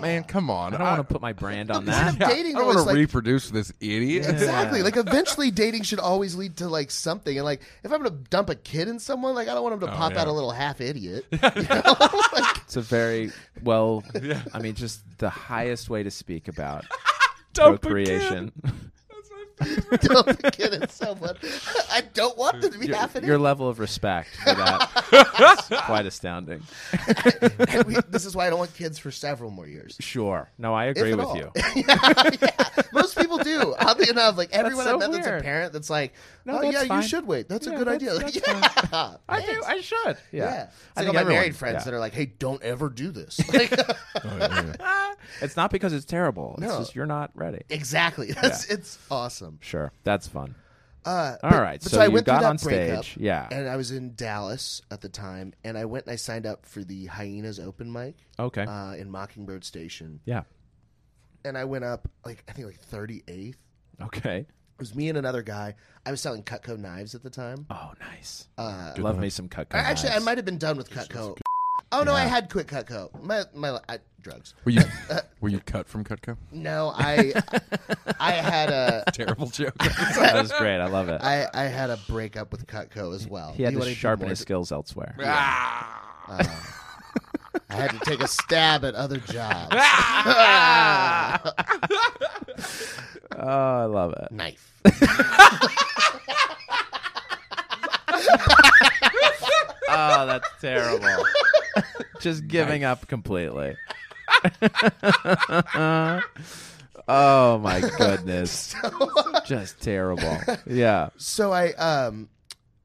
Speaker 4: man, come on,
Speaker 3: I don't want to put my brand on
Speaker 2: Instead
Speaker 3: that.
Speaker 2: of dating
Speaker 4: I don't
Speaker 2: though,
Speaker 4: want
Speaker 2: is
Speaker 4: to
Speaker 2: like-
Speaker 4: reproduce this idiot.
Speaker 2: Exactly. Like eventually dating should always lead to like something. And like if I'm gonna dump a kid in someone, like I don't want him
Speaker 3: Oh,
Speaker 2: to pop
Speaker 4: yeah.
Speaker 2: out a little half idiot. You know? Like,
Speaker 3: It's a very well. I mean, just the highest way to speak about
Speaker 4: Dump a
Speaker 3: procreation.
Speaker 2: dump a kid in someone. I don't want them to be half
Speaker 3: Your
Speaker 2: idiot.
Speaker 3: level of respect for that is quite astounding.
Speaker 2: And we- this is why I don't want kids for several more years.
Speaker 3: Sure. No, I
Speaker 2: If
Speaker 3: agree
Speaker 2: at
Speaker 3: with
Speaker 2: all.
Speaker 3: you.
Speaker 2: yeah, most people do. Oddly enough, like everyone
Speaker 3: so
Speaker 2: I've met that's
Speaker 3: weird.
Speaker 2: a parent that's like,
Speaker 3: No,
Speaker 2: oh
Speaker 3: that's
Speaker 2: yeah,
Speaker 3: fine.
Speaker 2: you should wait. That's
Speaker 3: Yeah,
Speaker 2: a good
Speaker 3: that's-
Speaker 2: idea. Like,
Speaker 3: that's
Speaker 2: yeah,
Speaker 3: I do.
Speaker 2: thanks.
Speaker 3: I should. Yeah.
Speaker 2: Yeah. It's like all my married friends that are like, hey, don't ever do this. Like,
Speaker 4: Oh, yeah, yeah.
Speaker 3: It's not because it's terrible. It's
Speaker 2: No.
Speaker 3: just you're not ready.
Speaker 2: exactly. That's it's awesome.
Speaker 3: Sure. That's fun.
Speaker 2: Uh,
Speaker 3: All
Speaker 2: but-
Speaker 3: right,
Speaker 2: but
Speaker 3: so you
Speaker 2: through
Speaker 3: got
Speaker 2: that
Speaker 3: on
Speaker 2: breakup,
Speaker 3: stage, yeah.
Speaker 2: And I was in Dallas at the time, and I went and I signed up for the Hyenas open mic
Speaker 3: Okay.
Speaker 2: uh, in Mockingbird Station,
Speaker 3: yeah.
Speaker 2: and I went up like I think like thirty eighth.
Speaker 3: Okay.
Speaker 2: It was me and another guy. I was selling Cutco knives at the time.
Speaker 3: Oh, nice.
Speaker 2: Uh,
Speaker 3: Love me some Cutco.
Speaker 2: I- actually, I
Speaker 3: knives.
Speaker 2: might have been done with Cutco. Oh no, I had quit Cutco. My my I, drugs.
Speaker 4: Were you were you cut from Cutco?
Speaker 2: No, I I had a
Speaker 4: Terrible joke.
Speaker 3: That was great. I love it.
Speaker 2: I I had a breakup with Cutco as well.
Speaker 3: he had
Speaker 2: You
Speaker 3: to
Speaker 2: wanna do
Speaker 3: sharpen
Speaker 2: more
Speaker 3: his skills elsewhere.
Speaker 2: I had to take a stab at other jobs.
Speaker 3: Oh, I love it.
Speaker 2: Knife.
Speaker 3: Oh, that's terrible. Just giving up completely. oh my goodness. Just terrible. Yeah.
Speaker 2: So I, um,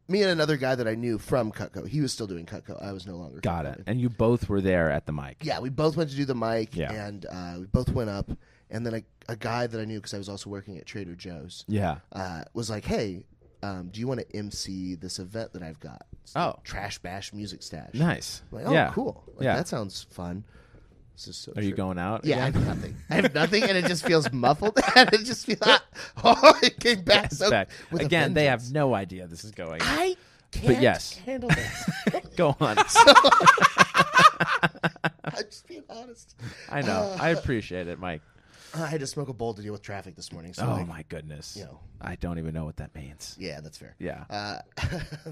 Speaker 2: me and another guy that I knew from Cutco, he was still doing Cutco. I was no longer.
Speaker 3: Got it. And you both were there at the mic.
Speaker 2: Yeah, we both went to do the mic,
Speaker 3: Yeah.
Speaker 2: and uh, we both went up. And then a, a guy that I knew because I was also working at Trader Joe's
Speaker 3: Yeah.
Speaker 2: uh, was like, "Hey, um, do you want to MC this event that I've got? It's the
Speaker 3: Oh.
Speaker 2: Trash Bash Music Stash.
Speaker 3: Nice.
Speaker 2: I'm like, oh,
Speaker 3: yeah.
Speaker 2: cool. Like,
Speaker 3: yeah.
Speaker 2: that sounds fun. This is so.
Speaker 3: Are you
Speaker 2: true.
Speaker 3: going out?
Speaker 2: Yeah, I
Speaker 3: again?
Speaker 2: have nothing. I have nothing, and it just feels muffled. And it just feels oh, it came back so
Speaker 3: Back.
Speaker 2: with a
Speaker 3: Again, they
Speaker 2: vengeance.
Speaker 3: have no idea this is going. on.
Speaker 2: I can't
Speaker 3: yes.
Speaker 2: handle this.
Speaker 3: Go on.
Speaker 2: I'm just being honest.
Speaker 3: I know. I appreciate it, Mike.
Speaker 2: I had to smoke a bowl to deal with traffic this morning. So,
Speaker 3: Oh
Speaker 2: like,
Speaker 3: my goodness.
Speaker 2: you know.
Speaker 3: I don't even know what that means.
Speaker 2: yeah, that's fair.
Speaker 3: Yeah.
Speaker 2: Uh,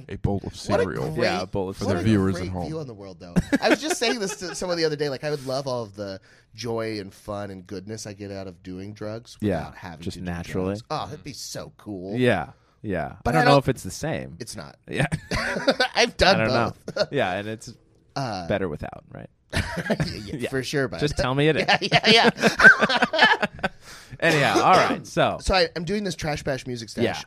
Speaker 4: a bowl of
Speaker 2: what a
Speaker 4: cereal.
Speaker 2: great-
Speaker 3: Yeah, a bowl of
Speaker 4: For
Speaker 2: what
Speaker 4: the
Speaker 2: a
Speaker 4: viewers
Speaker 2: great
Speaker 4: at home.
Speaker 2: view on the world, though. I was just saying this to someone the other day. Like, I would love all of the joy and fun and goodness I get out of doing drugs
Speaker 3: Yeah,
Speaker 2: without having
Speaker 3: just
Speaker 2: to do
Speaker 3: naturally.
Speaker 2: drugs. Oh, that'd be so cool.
Speaker 3: Yeah. Yeah.
Speaker 2: But
Speaker 3: I don't
Speaker 2: I
Speaker 3: know
Speaker 2: don't-
Speaker 3: if it's the same.
Speaker 2: it's not.
Speaker 3: yeah.
Speaker 2: I've
Speaker 3: I
Speaker 2: done
Speaker 3: don't
Speaker 2: both.
Speaker 3: know. yeah, and it's
Speaker 2: Uh,
Speaker 3: Better without, right?
Speaker 2: yeah, For sure, but
Speaker 3: Just tell me it is.
Speaker 2: yeah, yeah.
Speaker 3: Anyhow, all right. So,
Speaker 2: so I, I'm doing this trash bash music stash.
Speaker 3: Yeah.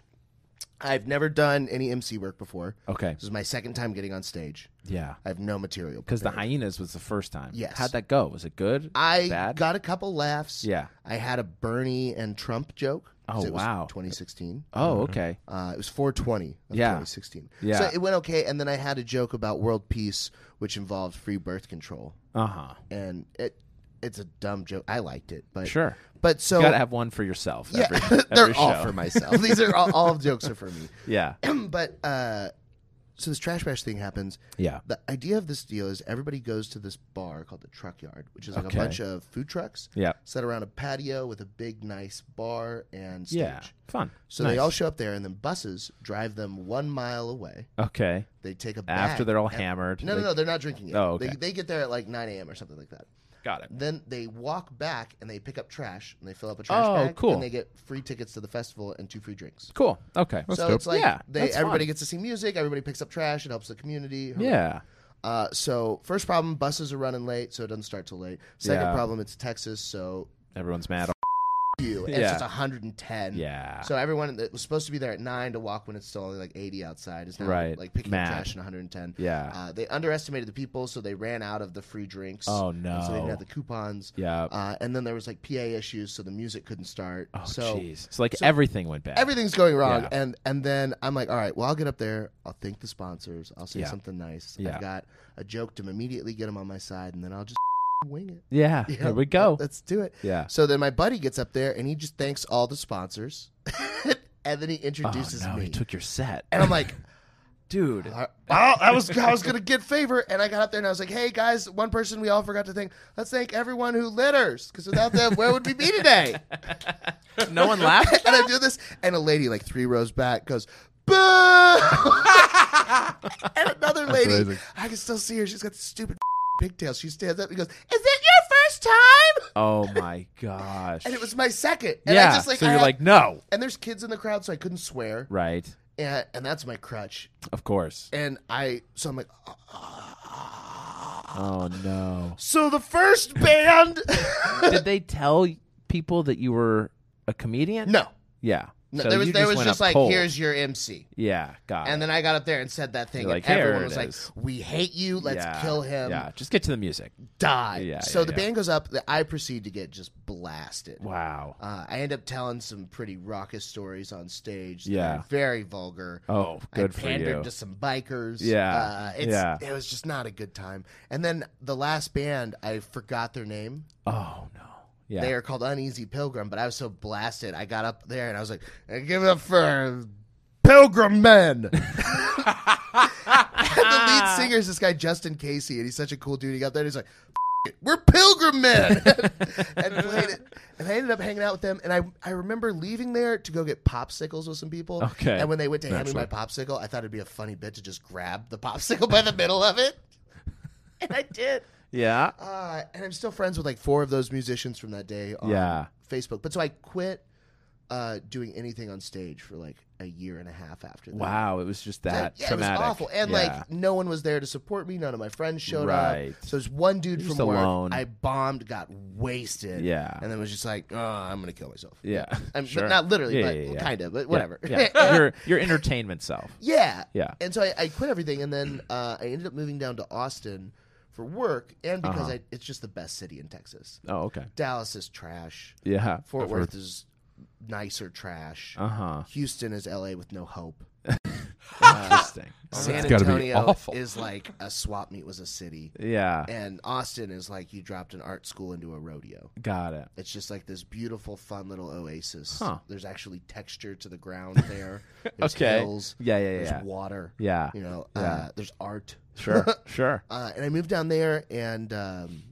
Speaker 2: I've never done any MC work before.
Speaker 3: okay.
Speaker 2: This is my second time getting on stage.
Speaker 3: Yeah.
Speaker 2: I have no material
Speaker 3: Because the
Speaker 2: prepared.
Speaker 3: hyenas was the first time.
Speaker 2: Yes.
Speaker 3: How'd that go? Was it good?
Speaker 2: I
Speaker 3: Bad?
Speaker 2: got a couple laughs.
Speaker 3: Yeah.
Speaker 2: I had a Bernie and Trump joke. 'cause
Speaker 3: Oh,
Speaker 2: it was
Speaker 3: wow.
Speaker 2: 2016.
Speaker 3: Oh, okay.
Speaker 2: Uh, it was 420 of
Speaker 3: Yeah.
Speaker 2: 2016.
Speaker 3: Yeah.
Speaker 2: So it went okay. And then I had a joke about world peace, which involved free birth control.
Speaker 3: Uh huh.
Speaker 2: And it it's a dumb joke. I liked it. but
Speaker 3: Sure.
Speaker 2: But so.
Speaker 3: you gotta have one for yourself.
Speaker 2: yeah,
Speaker 3: Every,
Speaker 2: they're
Speaker 3: every
Speaker 2: all
Speaker 3: show.
Speaker 2: for myself. These are all, all jokes are for me.
Speaker 3: Yeah.
Speaker 2: but uh, so this trash bash thing happens.
Speaker 3: Yeah.
Speaker 2: The idea of this deal is everybody goes to this bar called the Truck Yard, which is like
Speaker 3: Okay.
Speaker 2: a bunch of food trucks
Speaker 3: Yeah.
Speaker 2: set around a patio with a big, nice bar and stage.
Speaker 3: Yeah. Fun.
Speaker 2: So
Speaker 3: nice.
Speaker 2: they all show up there, and then buses drive them one mile away.
Speaker 3: Okay.
Speaker 2: They take a
Speaker 3: After
Speaker 2: bag
Speaker 3: they're all
Speaker 2: and-
Speaker 3: hammered.
Speaker 2: No, no,
Speaker 3: they-
Speaker 2: no, they're not drinking it.
Speaker 3: Oh, okay.
Speaker 2: they, they get there at like 9 a.m. or something like that.
Speaker 3: Got it.
Speaker 2: Then they walk back and they pick up trash and they fill up a trash
Speaker 3: Oh,
Speaker 2: bag.
Speaker 3: cool.
Speaker 2: And they get free tickets to the festival and two free drinks
Speaker 3: Cool. Okay.
Speaker 2: so
Speaker 4: dope.
Speaker 2: it's like
Speaker 3: Yeah,
Speaker 2: they
Speaker 3: that's fun.
Speaker 2: everybody gets to see music, everybody picks up trash, it helps the community.
Speaker 3: yeah.
Speaker 2: Uh, so first problem, buses are running late, so it doesn't start till late. Second
Speaker 3: Yeah.
Speaker 2: problem, it's Texas, so
Speaker 3: Everyone's mad.
Speaker 2: f- you. And
Speaker 3: Yeah.
Speaker 2: It's just 110.
Speaker 3: Yeah.
Speaker 2: So everyone that was supposed to be there at nine to walk when it's still only like 80 outside is now
Speaker 3: Right.
Speaker 2: like picking
Speaker 3: Mad.
Speaker 2: up trash in 110.
Speaker 3: Yeah.
Speaker 2: Uh, they underestimated the people, so they ran out of the free drinks.
Speaker 3: Oh,
Speaker 2: And so they
Speaker 3: no.
Speaker 2: didn't have the coupons.
Speaker 3: yeah.
Speaker 2: Uh, and then there was like PA issues, so the music couldn't start.
Speaker 3: oh,
Speaker 2: so
Speaker 3: jeez. So like everything went bad.
Speaker 2: everything's going wrong
Speaker 3: Yeah.
Speaker 2: and and then i'm like all right well i'll get up there i'll thank the sponsors i'll say
Speaker 3: Yeah.
Speaker 2: something nice
Speaker 3: Yeah.
Speaker 2: i've got a joke to immediately get them on my side and then i'll just wing it
Speaker 3: yeah.
Speaker 2: You know,
Speaker 3: Here we go.
Speaker 2: let- let's do it
Speaker 3: Yeah.
Speaker 2: so then my buddy gets up there and he just thanks all the sponsors and then he introduces
Speaker 3: oh, no,
Speaker 2: me
Speaker 3: he took your set.
Speaker 2: and i'm like
Speaker 3: Dude.
Speaker 2: all right, well, I was I was gonna get favor, and I got up there and I was like, "Hey guys, one person we all forgot to thank. Let's thank everyone who litters, because without them, where would we be today?"
Speaker 3: no one laughed.
Speaker 2: and I do this, and a lady like three rows back goes, "Boo!" and another lady,
Speaker 4: amazing.
Speaker 2: I can still see her. She's got stupid pigtails. She stands up and goes, "Is it your first time?"
Speaker 3: Oh my gosh.
Speaker 2: And it was my second. And
Speaker 3: yeah.
Speaker 2: I just like,
Speaker 3: so
Speaker 2: I
Speaker 3: you're
Speaker 2: had-
Speaker 3: like, no.
Speaker 2: and there's kids in the crowd, so I couldn't swear,
Speaker 3: Right.
Speaker 2: and and that's my crutch.
Speaker 3: Of course.
Speaker 2: And I, so I'm like.
Speaker 3: Oh no.
Speaker 2: So the first band,
Speaker 3: Did they tell people that you were a comedian?
Speaker 2: no,
Speaker 3: Yeah.
Speaker 2: no
Speaker 3: So
Speaker 2: there was
Speaker 3: you
Speaker 2: there
Speaker 3: just
Speaker 2: was
Speaker 3: went
Speaker 2: just
Speaker 3: up
Speaker 2: like
Speaker 3: cold.
Speaker 2: here's your MC,
Speaker 3: Yeah. Got
Speaker 2: and
Speaker 3: it.
Speaker 2: then I got up there and said that thing,
Speaker 3: You're
Speaker 2: and
Speaker 3: like, "Here
Speaker 2: everyone
Speaker 3: it
Speaker 2: was
Speaker 3: is."
Speaker 2: like, "We hate you, let's
Speaker 3: Yeah,
Speaker 2: kill him."
Speaker 3: Yeah. Just get to the music.
Speaker 2: die.
Speaker 3: Yeah,
Speaker 2: so
Speaker 3: yeah,
Speaker 2: the
Speaker 3: yeah.
Speaker 2: band goes up. the- I proceed to get just blasted.
Speaker 3: Wow.
Speaker 2: Uh, I end up telling some pretty raucous stories on stage. that
Speaker 3: Yeah.
Speaker 2: are very vulgar.
Speaker 3: Oh, good
Speaker 2: I
Speaker 3: for
Speaker 2: pandered
Speaker 3: you.
Speaker 2: to some bikers.
Speaker 3: Yeah,
Speaker 2: uh, it's,
Speaker 3: yeah.
Speaker 2: it was just not a good time. And then the last band, I forgot their name.
Speaker 3: Oh no. Yeah.
Speaker 2: They are called Uneasy Pilgrim, but I was so blasted. I got up there and I was like, "Give it up for Pilgrim Men." and the lead singer is this guy Justin Casey, and he's such a cool dude. He got there, and he's like, "F- it, "We're Pilgrim Men," and played it. And I ended up hanging out with them. And I I remember leaving there to go get popsicles with some people.
Speaker 3: Okay.
Speaker 2: And when they went to hand me my popsicle, I thought it'd be a funny bit to just grab the popsicle by the middle of it. And I did.
Speaker 3: yeah.
Speaker 2: Uh, and I'm still friends with like four of those musicians from that day on
Speaker 3: Yeah.
Speaker 2: Facebook. But so I quit uh, doing anything on stage for like a year and a half after that.
Speaker 3: Wow. It was just
Speaker 2: Yeah,
Speaker 3: that
Speaker 2: yeah, it was
Speaker 3: traumatic.
Speaker 2: awful. And
Speaker 3: Yeah.
Speaker 2: like no one was there to support me. None of my friends showed
Speaker 3: Right.
Speaker 2: up. So there's one dude
Speaker 3: You're
Speaker 2: from
Speaker 3: just
Speaker 2: work.
Speaker 3: alone.
Speaker 2: I bombed, got wasted.
Speaker 3: Yeah.
Speaker 2: And then was just like, oh, I'm going to kill myself.
Speaker 3: Yeah.
Speaker 2: I'm,
Speaker 3: Sure.
Speaker 2: Not literally,
Speaker 3: Yeah,
Speaker 2: but
Speaker 3: yeah, yeah.
Speaker 2: kind of, but
Speaker 3: Yeah,
Speaker 2: whatever.
Speaker 3: Yeah. your your entertainment self.
Speaker 2: Yeah.
Speaker 3: Yeah.
Speaker 2: And so I, I quit everything, and then uh, I ended up moving down to Austin for work, and because
Speaker 3: Uh-huh.
Speaker 2: I, it's just the best city in Texas.
Speaker 3: Oh, okay.
Speaker 2: Dallas is trash.
Speaker 3: Yeah.
Speaker 2: Fort Worth is nicer trash.
Speaker 3: Uh huh.
Speaker 2: Houston is LA with no hope.
Speaker 3: Interesting.
Speaker 2: San
Speaker 4: gotta be
Speaker 2: Antonio
Speaker 4: awful.
Speaker 2: is like a swap meet was a city,
Speaker 3: Yeah.
Speaker 2: and Austin is like you dropped an art school into a rodeo.
Speaker 3: Got it.
Speaker 2: It's just like this beautiful, fun little oasis.
Speaker 3: Huh.
Speaker 2: There's actually texture to the ground there. There's
Speaker 3: Okay.
Speaker 2: hills.
Speaker 3: Yeah, yeah,
Speaker 2: There's
Speaker 3: yeah.
Speaker 2: water.
Speaker 3: Yeah.
Speaker 2: You know,
Speaker 3: Yeah.
Speaker 2: uh, there's art.
Speaker 3: Sure. Sure.
Speaker 2: Uh, and I moved down there, and um,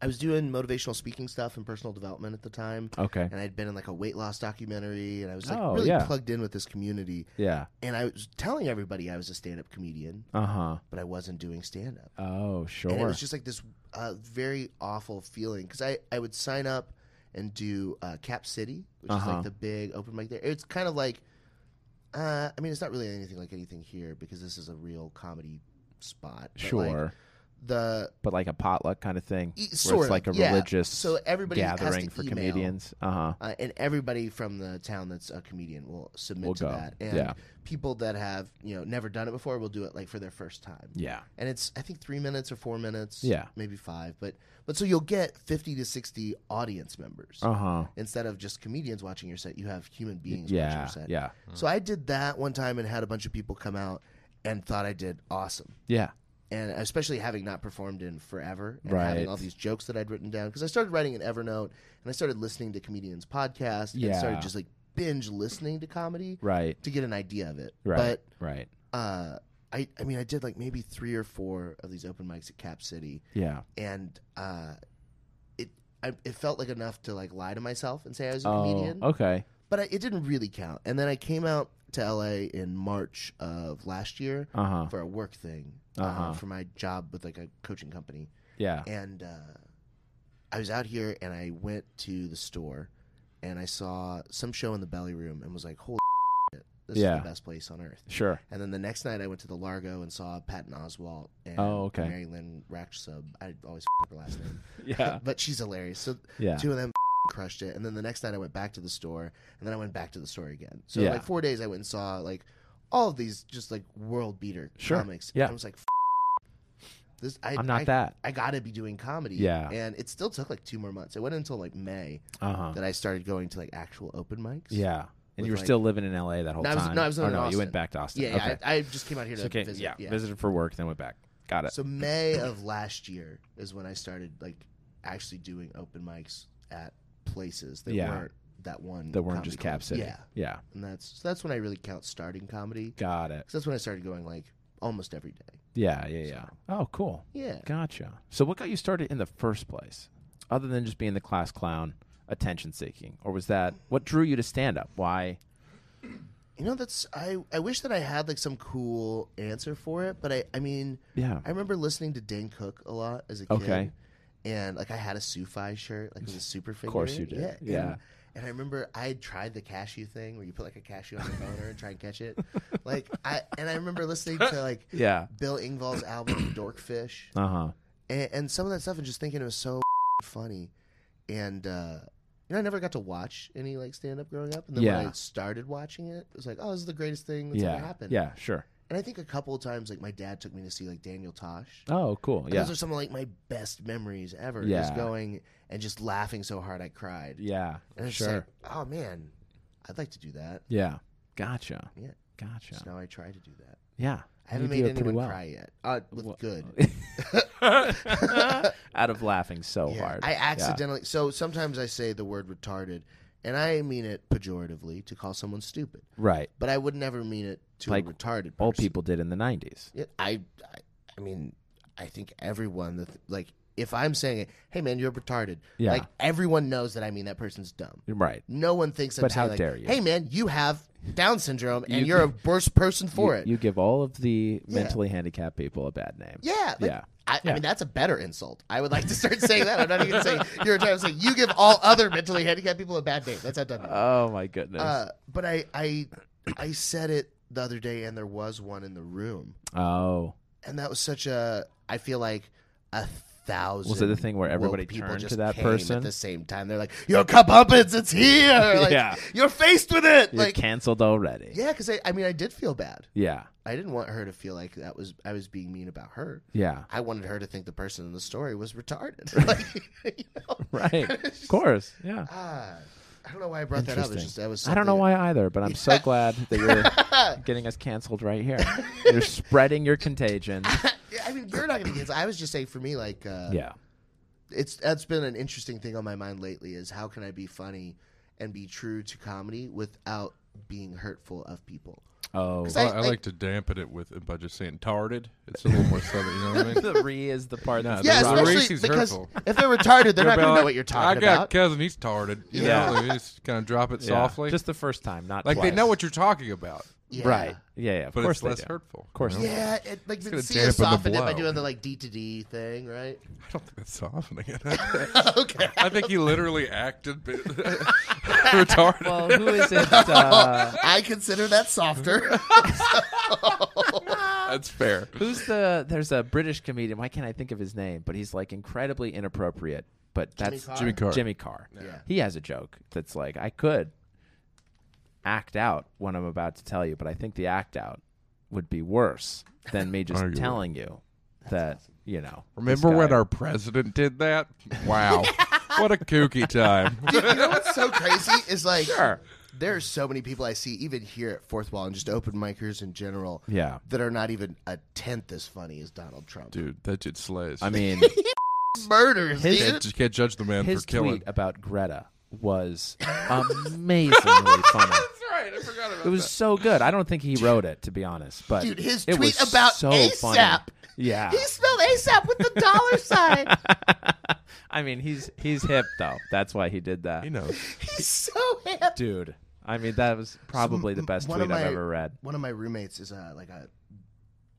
Speaker 2: I was doing motivational speaking stuff and personal development at the time.
Speaker 3: Okay.
Speaker 2: And I'd been in like a weight loss documentary, and I was like
Speaker 3: Oh,
Speaker 2: really
Speaker 3: yeah.
Speaker 2: plugged in with this community.
Speaker 3: Yeah.
Speaker 2: And I was telling everybody I was a stand up comedian,
Speaker 3: Uh huh.
Speaker 2: but I wasn't doing stand up.
Speaker 3: Oh, sure.
Speaker 2: And it was just like this uh, very awful feeling because I, I would sign up and do uh, Cap City, which is
Speaker 3: Uh-huh.
Speaker 2: like the big open mic there. It's kind of like, uh, I mean, it's not really anything like anything here because this is a real comedy spot. but, like,
Speaker 3: sure.
Speaker 2: the
Speaker 3: but like a potluck kind of thing,
Speaker 2: E-
Speaker 3: where
Speaker 2: sort
Speaker 3: it's like a
Speaker 2: of, yeah.
Speaker 3: religious
Speaker 2: So everybody has to
Speaker 3: gathering for
Speaker 2: email.
Speaker 3: comedians. Uh huh.
Speaker 2: uh, and everybody from the town that's a comedian will submit
Speaker 3: Will
Speaker 2: to
Speaker 3: go.
Speaker 2: that, and
Speaker 3: Yeah.
Speaker 2: people that have you know never done it before will do it like for their first time.
Speaker 3: Yeah.
Speaker 2: and it's I think three minutes or four minutes,
Speaker 3: Yeah.
Speaker 2: maybe five, but but so you'll get fifty to sixty audience members
Speaker 3: Uh huh.
Speaker 2: instead of just comedians watching your set. You have human beings watching
Speaker 3: Yeah.
Speaker 2: your set.
Speaker 3: Yeah.
Speaker 2: So I did that one time and had a bunch of people come out and thought I did awesome.
Speaker 3: Yeah.
Speaker 2: And especially having not performed in forever and having
Speaker 3: Right.
Speaker 2: all these jokes that I'd written down because I started writing in Evernote and I started listening to comedians' podcasts and
Speaker 3: Yeah.
Speaker 2: started just like binge listening to comedy
Speaker 3: Right.
Speaker 2: to get an idea of it.
Speaker 3: Right.
Speaker 2: But
Speaker 3: right.
Speaker 2: uh, I, I mean, I did like maybe three or four of these open mics at Cap City
Speaker 3: Yeah.
Speaker 2: and uh, it I, it felt like enough to like lie to myself and say I was a
Speaker 3: Oh.
Speaker 2: comedian
Speaker 3: Okay.
Speaker 2: but I, it didn't really count. And then I came out to LA in March of last year
Speaker 3: Uh huh.
Speaker 2: for a work thing
Speaker 3: Uh-huh.
Speaker 2: uh, for my job with like a coaching company.
Speaker 3: Yeah.
Speaker 2: And uh, I was out here and I went to the store and I saw some show in the belly room and was like, holy shit, this
Speaker 3: Yeah.
Speaker 2: is the best place on earth.
Speaker 3: Sure.
Speaker 2: And then the next night I went to the Largo and saw Patton Oswalt and
Speaker 3: Oh, okay.
Speaker 2: Mary Lynn Raksub. I always f- her last name.
Speaker 3: Yeah.
Speaker 2: but she's hilarious. So
Speaker 3: Yeah.
Speaker 2: Two of them crushed it, and then the next night I went back to the store, and then I went back to the store again. So
Speaker 3: Yeah.
Speaker 2: like four days, I went and saw like all of these just like world beater
Speaker 3: Sure.
Speaker 2: comics.
Speaker 3: Yeah.
Speaker 2: and I was like, F- this I,
Speaker 3: I'm not
Speaker 2: I,
Speaker 3: that.
Speaker 2: I gotta be doing comedy.
Speaker 3: Yeah.
Speaker 2: and it still took like two more months. It went until like May
Speaker 3: Uh huh.
Speaker 2: that I started going to like actual open mics.
Speaker 3: Yeah. And
Speaker 2: With,
Speaker 3: you were
Speaker 2: like-
Speaker 3: still living in LA that whole
Speaker 2: No, I was-
Speaker 3: time.
Speaker 2: no, I was
Speaker 3: Or
Speaker 2: living in
Speaker 3: no, You
Speaker 2: Austin.
Speaker 3: went back to Austin.
Speaker 2: yeah, yeah,
Speaker 3: okay.
Speaker 2: I, I just came out here to
Speaker 3: So came-
Speaker 2: visit.
Speaker 3: yeah, visited for work, then went back. Got it.
Speaker 2: So May of last year is when I started like actually doing open mics at places that
Speaker 3: Yeah.
Speaker 2: weren't that one
Speaker 3: That weren't
Speaker 2: comedy
Speaker 3: just
Speaker 2: club.
Speaker 3: Cap City.
Speaker 2: Yeah,
Speaker 3: Yeah.
Speaker 2: and that's so that's when I really count starting comedy
Speaker 3: Got it.
Speaker 2: 'Cause that's when I started going like almost every day.
Speaker 3: Yeah. Yeah. Yeah. Oh, cool.
Speaker 2: Yeah,
Speaker 3: Gotcha. So, what got you started in the first place, other than just being the class clown, attention seeking, or was that what drew you to stand up? Why?
Speaker 2: you know that's I I wish that I had like some cool answer for it, but I I mean
Speaker 3: Yeah.
Speaker 2: I remember listening to Dan Cook a lot as a kid.
Speaker 3: Okay.
Speaker 2: And like I had a Sufi shirt, like it was a super figure.
Speaker 3: course you did. Yeah.
Speaker 2: And, and I remember I had tried the cashew thing where you put like a cashew on your boner and try and catch it. Like I and I remember listening to like
Speaker 3: Yeah.
Speaker 2: Bill Ingvall's album Dorkfish
Speaker 3: Uh huh.
Speaker 2: and, and some of that stuff and just thinking it was so funny. And uh you know, I never got to watch any like stand up growing up. And then when
Speaker 3: Yeah.
Speaker 2: I started watching it, it was like, Oh, this is the greatest thing that's
Speaker 3: Yeah.
Speaker 2: ever happened.
Speaker 3: Yeah. Sure.
Speaker 2: And I think a couple of times like my dad took me to see like Daniel Tosh.
Speaker 3: Oh, cool.
Speaker 2: And
Speaker 3: Yeah.
Speaker 2: Those are some of like my best memories ever. Just
Speaker 3: Yeah.
Speaker 2: going and just laughing so hard I cried.
Speaker 3: yeah.
Speaker 2: And it's just
Speaker 3: Sure.
Speaker 2: like, oh man, I'd like to do that.
Speaker 3: yeah. Gotcha.
Speaker 2: Yeah.
Speaker 3: Gotcha.
Speaker 2: So now I try to do that.
Speaker 3: yeah.
Speaker 2: I haven't
Speaker 3: You do
Speaker 2: made
Speaker 3: it pretty
Speaker 2: anyone
Speaker 3: well.
Speaker 2: cry yet. Uh, with
Speaker 3: Well-
Speaker 2: good.
Speaker 3: Out of laughing so
Speaker 2: Yeah.
Speaker 3: hard.
Speaker 2: I
Speaker 3: Yeah.
Speaker 2: accidentally. So sometimes I say the word retarded, and I mean it pejoratively to call someone stupid.
Speaker 3: Right.
Speaker 2: But I would never mean it to
Speaker 3: Like
Speaker 2: a retarded person.
Speaker 3: All people did in the '90s.
Speaker 2: Yeah, I, I, I mean, I think everyone that like if I'm saying it, hey man, you're retarded.
Speaker 3: Yeah.
Speaker 2: Like everyone knows that I mean that person's dumb.
Speaker 3: Right.
Speaker 2: No one thinks I'm
Speaker 3: But
Speaker 2: saying
Speaker 3: how
Speaker 2: like,
Speaker 3: dare you.
Speaker 2: hey man, you have Down syndrome and
Speaker 3: You-
Speaker 2: you, are a worse person for
Speaker 3: you,
Speaker 2: it.
Speaker 3: you give all of the
Speaker 2: Yeah.
Speaker 3: mentally handicapped people a bad name.
Speaker 2: yeah. Like,
Speaker 3: Yeah.
Speaker 2: I, I
Speaker 3: Yeah.
Speaker 2: mean that's a better insult. I would like to start saying that. I'm not even saying you're retarded. I'm saying you give all other mentally handicapped people a bad name. That's how dumb. you are.
Speaker 3: Oh my goodness.
Speaker 2: Uh, but I, I, I said it the other day, and there was one in the room,
Speaker 3: oh.
Speaker 2: and that was such a. I feel like a thousand.
Speaker 3: Was it the thing where
Speaker 2: woke
Speaker 3: everybody
Speaker 2: people
Speaker 3: turned
Speaker 2: just
Speaker 3: to that
Speaker 2: came at
Speaker 3: person?
Speaker 2: the same time? They're like, "Your comeuppance, it's here! Like,
Speaker 3: Yeah.
Speaker 2: you're faced with it!"
Speaker 3: You're
Speaker 2: like,
Speaker 3: canceled already.
Speaker 2: yeah, because I, I mean, I did feel bad.
Speaker 3: Yeah.
Speaker 2: I didn't want her to feel like that was I was being mean about her.
Speaker 3: Yeah.
Speaker 2: I wanted her to think the person in the story was retarded. like, you know?
Speaker 3: Right. of course. Yeah.
Speaker 2: Ah, I don't know why I brought that up. It's
Speaker 3: Interesting.
Speaker 2: just that was.
Speaker 3: I don't know
Speaker 2: something-
Speaker 3: why either, but I'm so glad that you're getting us canceled right here. You're spreading your contagion.
Speaker 2: Yeah, I mean, you're not gonna get. I was just saying for me, like, uh,
Speaker 3: Yeah.
Speaker 2: it's that's been an interesting thing on my mind lately is how can I be funny and be true to comedy without being hurtful of people.
Speaker 3: Oh.
Speaker 2: 'Cause
Speaker 4: I,
Speaker 2: I-
Speaker 4: I like to dampen it with by just saying "tarded." It's a little more southern. You know what I mean?
Speaker 3: the re is the part
Speaker 4: No,
Speaker 3: that's
Speaker 2: Yeah,
Speaker 4: The
Speaker 3: wrong.
Speaker 4: race
Speaker 2: especially
Speaker 4: is
Speaker 2: because
Speaker 4: hurtful.
Speaker 2: if they're retarded, they're not
Speaker 4: They'll be
Speaker 2: gonna know
Speaker 4: like,
Speaker 2: what you're talking
Speaker 4: I got
Speaker 2: about.
Speaker 4: cousin. He's tarded. You
Speaker 2: Yeah.
Speaker 4: know, like, just kind of drop it
Speaker 3: Yeah.
Speaker 4: softly.
Speaker 3: Just the first time, not
Speaker 4: like
Speaker 3: twice.
Speaker 4: they know what you're talking about,
Speaker 2: Yeah.
Speaker 3: Right. Yeah, yeah. Of
Speaker 4: but
Speaker 3: course
Speaker 4: it's
Speaker 3: they
Speaker 4: less
Speaker 3: do.
Speaker 4: hurtful. Of
Speaker 3: course.
Speaker 2: Yeah, it, like
Speaker 4: gonna
Speaker 2: Sia
Speaker 4: dampen the
Speaker 2: softened it by
Speaker 4: blow.
Speaker 2: doing the like D to D thing, right?
Speaker 4: I don't think that's softening it.
Speaker 2: okay.
Speaker 4: I think he literally acted bit- retarded.
Speaker 3: Well, who is it? Uh,
Speaker 2: I consider that softer.
Speaker 4: That's fair.
Speaker 3: Who's the? There's a British comedian. Why can't I think of his name? But he's like incredibly inappropriate. But that's
Speaker 2: Carr?
Speaker 4: Jimmy Carr.
Speaker 3: Jimmy Carr.
Speaker 2: Yeah.
Speaker 3: He has a joke that's like I could act out what I'm about to tell you, but I think the act out would be worse than me just
Speaker 4: Arguably.
Speaker 3: telling you that you know.
Speaker 4: Remember
Speaker 3: this
Speaker 4: when
Speaker 3: guy-
Speaker 4: our president did that? Wow. what a kooky time.
Speaker 2: you know what's so crazy is like there are so many people I see even here at Fourth Wall and just open micers in general
Speaker 3: Yeah.
Speaker 2: that are not even a tenth as funny as Donald Trump.
Speaker 4: Dude, that dude slays.
Speaker 3: I mean,
Speaker 2: Murders,
Speaker 3: His-
Speaker 2: dude.
Speaker 4: can't, just can't judge the man
Speaker 3: his
Speaker 4: for killing.
Speaker 3: tweet about Greta was amazingly funny.
Speaker 4: right. I forgot about
Speaker 3: It was so good. I don't think he wrote it, to be honest. But
Speaker 2: Dude, his
Speaker 3: it was
Speaker 2: tweet about
Speaker 3: so funny.
Speaker 2: ASAP.
Speaker 3: Yeah,
Speaker 2: He spelled ASAP with the dollar sign.
Speaker 3: I mean, he's he's hip though. That's why he did that,
Speaker 4: He knows.
Speaker 2: He's so hip.
Speaker 3: dude. I mean, that was probably the best
Speaker 2: One
Speaker 3: tweet
Speaker 2: of
Speaker 3: I've
Speaker 2: my-
Speaker 3: ever read.
Speaker 2: One of my roommates is uh, like a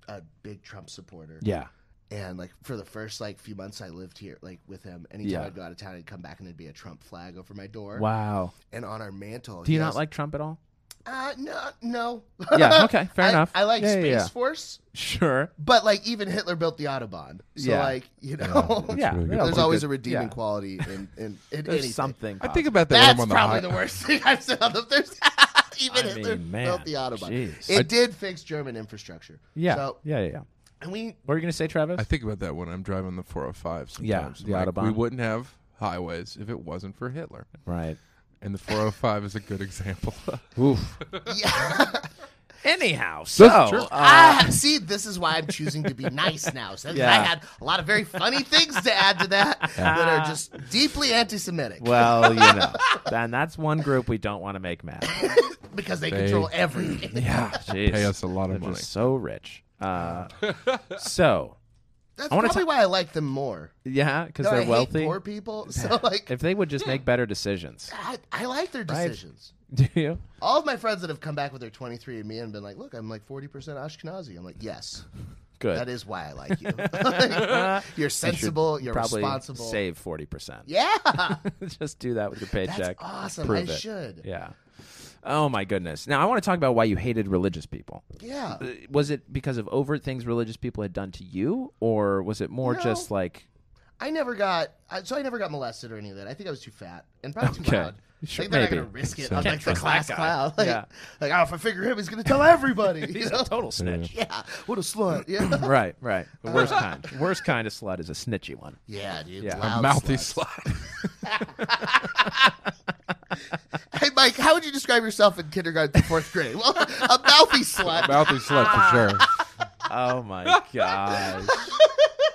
Speaker 2: a big Trump supporter.
Speaker 3: Yeah,
Speaker 2: And like for the first like few months I lived here like with him, anytime
Speaker 3: Yeah.
Speaker 2: I'd go out of town, I'd come back and there'd be a Trump flag over my door.
Speaker 3: wow.
Speaker 2: And on our mantle,
Speaker 3: Do
Speaker 2: he
Speaker 3: you not
Speaker 2: has-
Speaker 3: like Trump at all?
Speaker 2: Uh, no, no.
Speaker 3: Yeah, okay, fair
Speaker 2: I-
Speaker 3: enough.
Speaker 2: I like
Speaker 3: Yeah, yeah,
Speaker 2: Space
Speaker 3: yeah.
Speaker 2: Force,
Speaker 3: Sure.
Speaker 2: but like even Hitler built the Autobahn. So
Speaker 3: Yeah.
Speaker 2: like you know,
Speaker 4: That's
Speaker 3: yeah,
Speaker 4: really good.
Speaker 3: yeah,
Speaker 2: there's
Speaker 3: we're
Speaker 2: always
Speaker 3: good.
Speaker 2: a redeeming
Speaker 3: Yeah.
Speaker 2: quality in in, in
Speaker 3: There's
Speaker 2: anything.
Speaker 3: something.
Speaker 4: I
Speaker 3: positive.
Speaker 4: think about that
Speaker 2: That's
Speaker 4: when I'm on
Speaker 2: probably
Speaker 4: the high-
Speaker 2: the worst thing I've said on the there's even
Speaker 3: I
Speaker 2: Hitler
Speaker 3: mean, man,
Speaker 2: built the Autobahn.
Speaker 3: jeez.
Speaker 2: It
Speaker 3: I-
Speaker 2: did fix German infrastructure.
Speaker 3: Yeah.
Speaker 2: So
Speaker 3: yeah, yeah, yeah.
Speaker 2: and we
Speaker 3: What are you gonna say, Travis?
Speaker 4: I think about that when I'm driving the 405 sometimes.
Speaker 3: Yeah,
Speaker 4: I'm
Speaker 3: the
Speaker 4: like,
Speaker 3: Autobahn.
Speaker 4: We wouldn't have highways if it wasn't for Hitler.
Speaker 3: right.
Speaker 4: And the 405 is a good example.
Speaker 3: Oof.
Speaker 2: yeah.
Speaker 3: Anyhow, so
Speaker 4: true.
Speaker 3: uh,
Speaker 2: Ah, see, this is why I'm choosing to be nice now. So
Speaker 3: Yeah.
Speaker 2: I had a lot of very funny things to add to that that are just deeply anti-Semitic.
Speaker 3: well, you know, and that's one group we don't want to make mad.
Speaker 2: because they, control everything.
Speaker 3: Yeah, jeez.
Speaker 4: Pay us a lot of
Speaker 3: They're
Speaker 4: money.
Speaker 3: just so rich. Uh, so
Speaker 2: That's
Speaker 3: wanna
Speaker 2: probably why I like them more.
Speaker 3: yeah, because
Speaker 2: No, I
Speaker 3: they're
Speaker 2: hate
Speaker 3: wealthy.
Speaker 2: poor people. So like,
Speaker 3: If they would just make better decisions,
Speaker 2: I, I like their decisions.
Speaker 3: do you?
Speaker 2: All of my friends that have come back with their 23 and me and been like, look, I'm like 40% Ashkenazi. I'm like, yes,
Speaker 3: Good.
Speaker 2: that is why I like you. you're
Speaker 3: You should
Speaker 2: sensible. You're
Speaker 3: probably
Speaker 2: responsible.
Speaker 3: Save forty percent.
Speaker 2: Yeah.
Speaker 3: just do that with your
Speaker 2: That's
Speaker 3: paycheck.
Speaker 2: awesome.
Speaker 3: Prove
Speaker 2: I
Speaker 3: it.
Speaker 2: should.
Speaker 3: Yeah. Oh my goodness. Now I want to talk about why you hated religious people.
Speaker 2: Yeah.
Speaker 3: Uh, Was it because of overt things religious people had done to you, or was it more
Speaker 2: No.
Speaker 3: just like
Speaker 2: I never got, I, so I never got molested or any of that. I think I was too fat and probably too
Speaker 3: Okay.
Speaker 2: loud.
Speaker 3: Sure,
Speaker 2: like they're
Speaker 3: maybe.
Speaker 2: not gonna risk it.
Speaker 3: So-
Speaker 2: on
Speaker 3: Can't
Speaker 2: like the class clown. Like,
Speaker 3: Yeah.
Speaker 2: like, oh, if I figure him, he's gonna tell everybody. you
Speaker 3: he's
Speaker 2: know?
Speaker 3: a total snitch?
Speaker 2: yeah, what a slut. Yeah,
Speaker 3: Right, right. The worst kind. Worst kind of slut is a snitchy one.
Speaker 2: yeah, dude.
Speaker 3: Yeah. A
Speaker 2: loud
Speaker 4: Mouthy
Speaker 2: slut.
Speaker 4: slide.
Speaker 2: Hey, Mike, how would you describe yourself in kindergarten to fourth grade? Well, a mouthy slut.
Speaker 4: Mouthy slut for sure.
Speaker 3: Oh my gosh.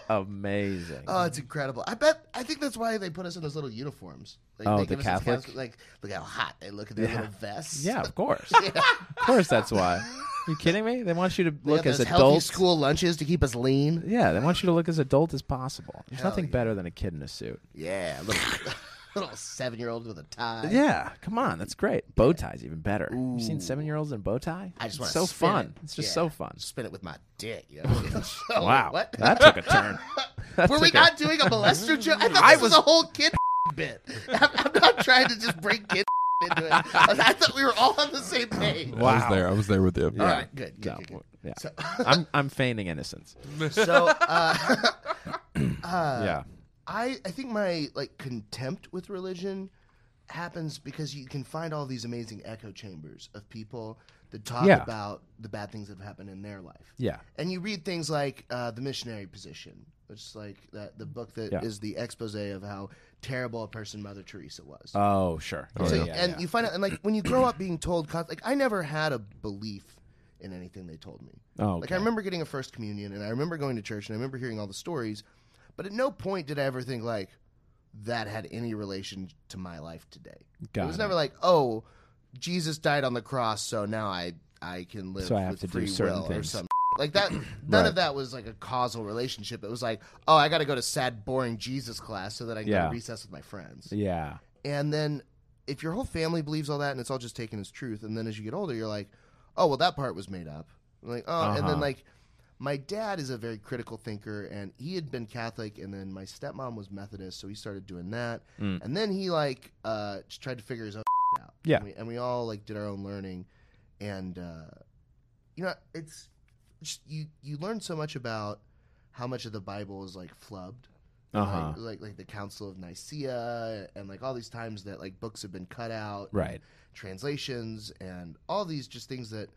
Speaker 3: Amazing.
Speaker 2: Oh, it's incredible. I bet. I think that's why they put us in those little uniforms. Like,
Speaker 3: Oh,
Speaker 2: they
Speaker 3: the
Speaker 2: give us these
Speaker 3: Catholic?
Speaker 2: Catholic- Like, look how hot they look in their little vests.
Speaker 3: yeah,
Speaker 2: They
Speaker 3: of course. Of course that's why. You kidding me? They want you to
Speaker 2: got
Speaker 3: look as
Speaker 2: those healthy
Speaker 3: adults.
Speaker 2: school lunches to keep us lean.
Speaker 3: Yeah, they want you to look as adult as possible. There's
Speaker 2: Hell
Speaker 3: nothing
Speaker 2: yeah.
Speaker 3: better than a kid in a suit.
Speaker 2: Yeah, little, little seven-year-old with a tie.
Speaker 3: Yeah, come on, that's great. Bow ties even better. You've seen seven year olds in bow tie?
Speaker 2: I just
Speaker 3: it's
Speaker 2: want
Speaker 3: so fun. It's just so fun.
Speaker 2: Spin it with my dick. You know? So,
Speaker 3: Wow,
Speaker 2: What?
Speaker 3: that took a turn. That
Speaker 2: Were we
Speaker 3: took a-
Speaker 2: not doing a molester joke? I thought this
Speaker 3: I
Speaker 2: was
Speaker 3: was-
Speaker 2: a whole kid bit. I'm, I'm not trying to just bring kid into it. I thought we were all on the same page.
Speaker 4: I was there. I was there with you.
Speaker 2: All right, good,
Speaker 3: No,
Speaker 2: good, good, good.
Speaker 3: yeah.
Speaker 2: So-
Speaker 3: I'm I'm feigning innocence.
Speaker 2: So, uh,
Speaker 3: yeah,
Speaker 2: I I think my like contempt with religion happens because you can find all these amazing echo chambers of people that talk
Speaker 3: Yeah.
Speaker 2: about the bad things that have happened in their life.
Speaker 3: yeah,
Speaker 2: and you read things like uh, the missionary position which is like that the book that is
Speaker 3: Yeah.
Speaker 2: the expose of how terrible a person mother teresa was
Speaker 3: Oh sure.
Speaker 2: so,
Speaker 3: yeah.
Speaker 2: you- and you find out and like when you grow up being told const- like i never had a belief in anything they told me
Speaker 3: Oh,
Speaker 2: like
Speaker 3: okay.
Speaker 2: i remember getting a first communion and i remember going to church and i remember hearing all the stories but at no point did i ever think like that had any relation to my life today it
Speaker 3: Got
Speaker 2: was
Speaker 3: it.
Speaker 2: never like oh jesus died on the cross so now i i can live
Speaker 3: So I have
Speaker 2: with
Speaker 3: to do
Speaker 2: free
Speaker 3: certain
Speaker 2: will or
Speaker 3: things.
Speaker 2: some like that none
Speaker 3: Right.
Speaker 2: of that was like a causal relationship it was like oh i gotta go to sad boring jesus class so that i can go
Speaker 3: Yeah.
Speaker 2: to recess with my friends
Speaker 3: yeah,
Speaker 2: and then if your whole family believes all that and it's all just taken as truth, and then as you get older, you're like, oh, well, that part was made up. I'm like, oh, and then
Speaker 3: Uh-huh.
Speaker 2: like, my dad is a very critical thinker, and he had been Catholic, and then my stepmom was Methodist, so he started doing that,
Speaker 3: Mm.
Speaker 2: and then he like uh, just tried to figure his own out.
Speaker 3: Yeah.
Speaker 2: and we, and we all like did our own learning, and uh, you know, it's just- you you learn so much about how much of the Bible is like flubbed.
Speaker 3: Uh-huh.
Speaker 2: Like, like like the Council of Nicaea and like all these times that like books have been cut out.
Speaker 3: Right.
Speaker 2: Translations and all these just things that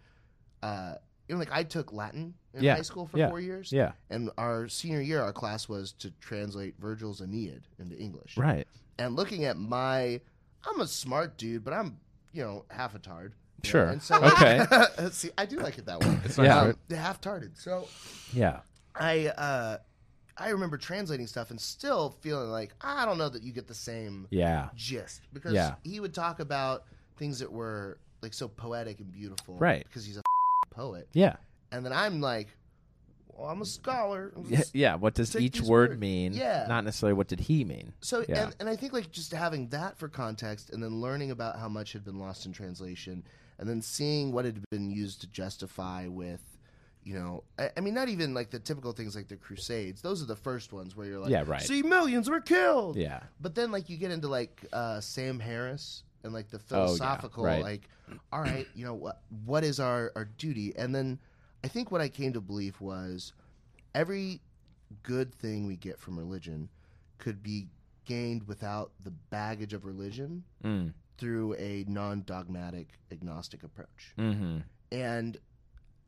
Speaker 2: uh you know like I took Latin in
Speaker 3: Yeah.
Speaker 2: high school for
Speaker 3: Yeah.
Speaker 2: 4 years.
Speaker 3: Yeah.
Speaker 2: And our senior year our class was to translate Virgil's Aeneid into English
Speaker 3: Right.
Speaker 2: and looking at my I'm a smart dude, but I'm you know half a tard. you know,
Speaker 3: Sure.
Speaker 2: And so
Speaker 3: Okay.
Speaker 2: see, I do like it that way.
Speaker 4: It's
Speaker 3: Yeah.
Speaker 4: right.
Speaker 2: half tarded. So
Speaker 3: Yeah.
Speaker 2: I uh, I remember translating stuff and still feeling like I don't know that you get the same
Speaker 3: Yeah.
Speaker 2: gist because
Speaker 3: Yeah.
Speaker 2: he would talk about things that were like so poetic and beautiful,
Speaker 3: Right.
Speaker 2: Because he's a poet,
Speaker 3: Yeah.
Speaker 2: and then I'm like, well, I'm a scholar. I'm
Speaker 3: Yeah. yeah. What does
Speaker 2: Take
Speaker 3: each
Speaker 2: these
Speaker 3: word
Speaker 2: words.
Speaker 3: mean?
Speaker 2: Yeah.
Speaker 3: Not necessarily what did he mean.
Speaker 2: So
Speaker 3: Yeah.
Speaker 2: and, and I think like just having that for context and then learning about how much had been lost in translation and then seeing what had been used to justify with you know I, I mean not even like the typical things like the crusades those are the first ones where you're like
Speaker 3: Yeah, right.
Speaker 2: see millions were killed
Speaker 3: Yeah.
Speaker 2: but then like you get into like uh, Sam Harris and like the
Speaker 3: Oh, yeah,
Speaker 2: philosophical
Speaker 3: right.
Speaker 2: like all right you know what what is our our duty and then I think what I came to believe was every good thing we get from religion could be gained without the baggage of religion
Speaker 3: Mm.
Speaker 2: through a non-dogmatic agnostic approach
Speaker 3: Mm-hmm.
Speaker 2: and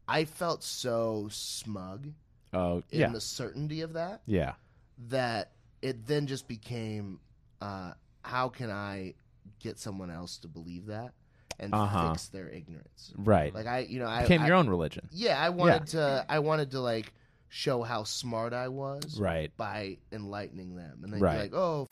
Speaker 2: I felt so smug
Speaker 3: Oh,
Speaker 2: in
Speaker 3: yeah.
Speaker 2: the certainty of that
Speaker 3: yeah.
Speaker 2: that it then just became uh, how can I get someone else to believe that and
Speaker 3: Uh-huh.
Speaker 2: fix their ignorance?
Speaker 3: Right.
Speaker 2: Like I, you know, I
Speaker 3: Became
Speaker 2: I-
Speaker 3: your own religion.
Speaker 2: Yeah, I wanted to. I wanted to like show how smart I was
Speaker 3: Right.
Speaker 2: by enlightening them, and they'd
Speaker 3: Right.
Speaker 2: be like, "Oh,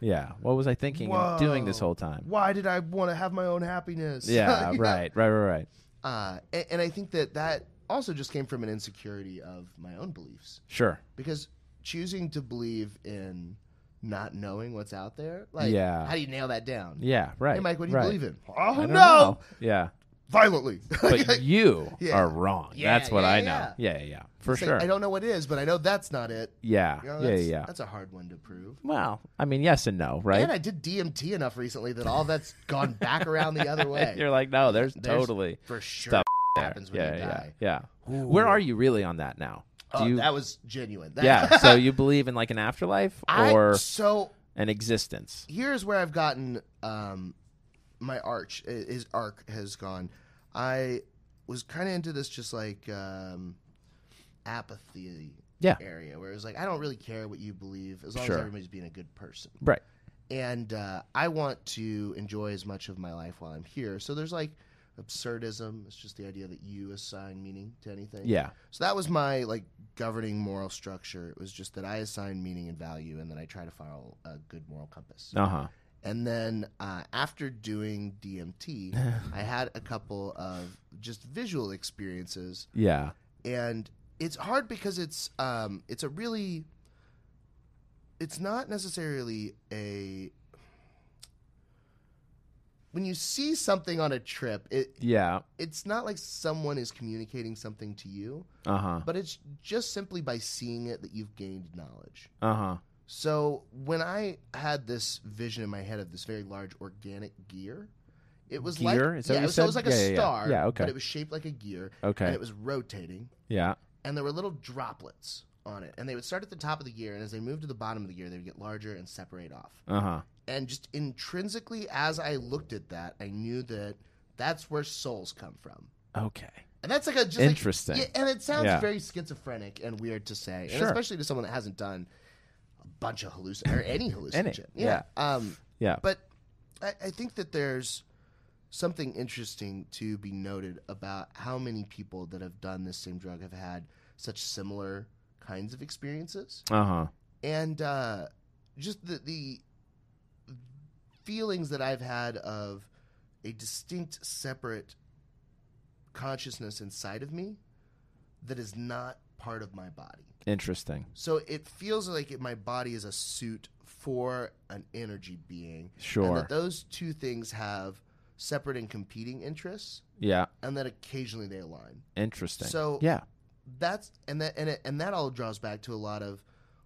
Speaker 3: Yeah. What was I thinking and doing this
Speaker 2: Whoa.
Speaker 3: whole time?
Speaker 2: why did I want to have my own happiness?"
Speaker 3: Yeah.
Speaker 2: You know?
Speaker 3: Right. Right. Right. Right.
Speaker 2: Uh, and, and I think that that also just came from an insecurity of my own beliefs.
Speaker 3: Sure.
Speaker 2: because choosing to believe in not knowing what's out there, like,
Speaker 3: Yeah.
Speaker 2: how do you nail that down?
Speaker 3: Yeah. Right.
Speaker 2: Hey, Mike, what do you
Speaker 3: right.
Speaker 2: believe in? Oh
Speaker 3: I
Speaker 2: no,
Speaker 3: don't know. Yeah.
Speaker 2: violently.
Speaker 3: But you
Speaker 2: Yeah.
Speaker 3: are wrong.
Speaker 2: Yeah,
Speaker 3: that's what
Speaker 2: yeah,
Speaker 3: I
Speaker 2: yeah.
Speaker 3: know. Yeah. Yeah. yeah. For
Speaker 2: It's like,
Speaker 3: sure.
Speaker 2: I don't know what it is, but I know that's not it.
Speaker 3: yeah.
Speaker 2: You know,
Speaker 3: yeah.
Speaker 2: that's,
Speaker 3: Yeah.
Speaker 2: That's a hard one to prove.
Speaker 3: Well, I mean, yes and no, right?
Speaker 2: And I did DMT enough recently that all that's gone back around the other way.
Speaker 3: You're like, no, there's,
Speaker 2: There's
Speaker 3: totally
Speaker 2: for sure
Speaker 3: stuff
Speaker 2: happens when
Speaker 3: yeah,
Speaker 2: you
Speaker 3: yeah,
Speaker 2: die.
Speaker 3: yeah. Where are you really on that now? Do
Speaker 2: Oh,
Speaker 3: you,
Speaker 2: that was genuine. That,
Speaker 3: yeah. So you believe in like an afterlife
Speaker 2: I-
Speaker 3: or
Speaker 2: so
Speaker 3: an existence?
Speaker 2: here's where I've gotten um, my arch i- is arc has gone. I was kind of into this just like um, apathy
Speaker 3: Yeah.
Speaker 2: area where it was like I don't really care what you believe as long
Speaker 3: Sure.
Speaker 2: as everybody's being a good person.
Speaker 3: Right.
Speaker 2: And uh, I want to enjoy as much of my life while I'm here. So there's like absurdism. It's just the idea that you assign meaning to anything.
Speaker 3: Yeah.
Speaker 2: So that was my like governing moral structure. It was just that I assign meaning and value, and then I try to follow a good moral compass.
Speaker 3: Uh huh.
Speaker 2: And then uh, after doing DMT, I had a couple of just visual experiences,
Speaker 3: Yeah.
Speaker 2: and it's hard because it's um, it's a really it's not necessarily a when you see something on a trip, it
Speaker 3: Yeah.
Speaker 2: it's not like someone is communicating something to you,
Speaker 3: Uh huh.
Speaker 2: but it's just simply by seeing it that you've gained knowledge.
Speaker 3: Uh huh.
Speaker 2: So when I had this vision in my head of this very large organic gear, it was
Speaker 3: Gear?
Speaker 2: like
Speaker 3: Is that what
Speaker 2: yeah,
Speaker 3: you
Speaker 2: so it was
Speaker 3: said?
Speaker 2: like
Speaker 3: Yeah, yeah,
Speaker 2: a
Speaker 3: yeah.
Speaker 2: star,
Speaker 3: Yeah, okay.
Speaker 2: but it was shaped like a gear,
Speaker 3: Okay.
Speaker 2: and it was rotating,
Speaker 3: Yeah.
Speaker 2: and there were little droplets on it, and they would start at the top of the gear, and as they moved to the bottom of the gear, they would get larger and separate off.
Speaker 3: Uh huh.
Speaker 2: And just intrinsically, as I looked at that, I knew that that's where souls come from.
Speaker 3: Okay.
Speaker 2: And that's like a just
Speaker 3: Interesting.
Speaker 2: Like, yeah, and it sounds
Speaker 3: Yeah.
Speaker 2: very schizophrenic and weird to say, and
Speaker 3: Sure.
Speaker 2: especially to someone that hasn't done a bunch of hallucin or any hallucinogen.
Speaker 3: yeah.
Speaker 2: Um,
Speaker 3: Yeah.
Speaker 2: but I, I think that there's something interesting to be noted about how many people that have done this same drug have had such similar kinds of experiences,
Speaker 3: Uh huh.
Speaker 2: and uh, just the the feelings that I've had of a distinct, separate consciousness inside of me that is not part of my body.
Speaker 3: Interesting.
Speaker 2: So it feels like it, my body is a suit for an energy being. And
Speaker 3: Sure.
Speaker 2: that those two things have separate and competing interests,
Speaker 3: Yeah.
Speaker 2: and that occasionally they align.
Speaker 3: Interesting.
Speaker 2: So-
Speaker 3: yeah.
Speaker 2: That's and that and it, and that all draws back to a lot of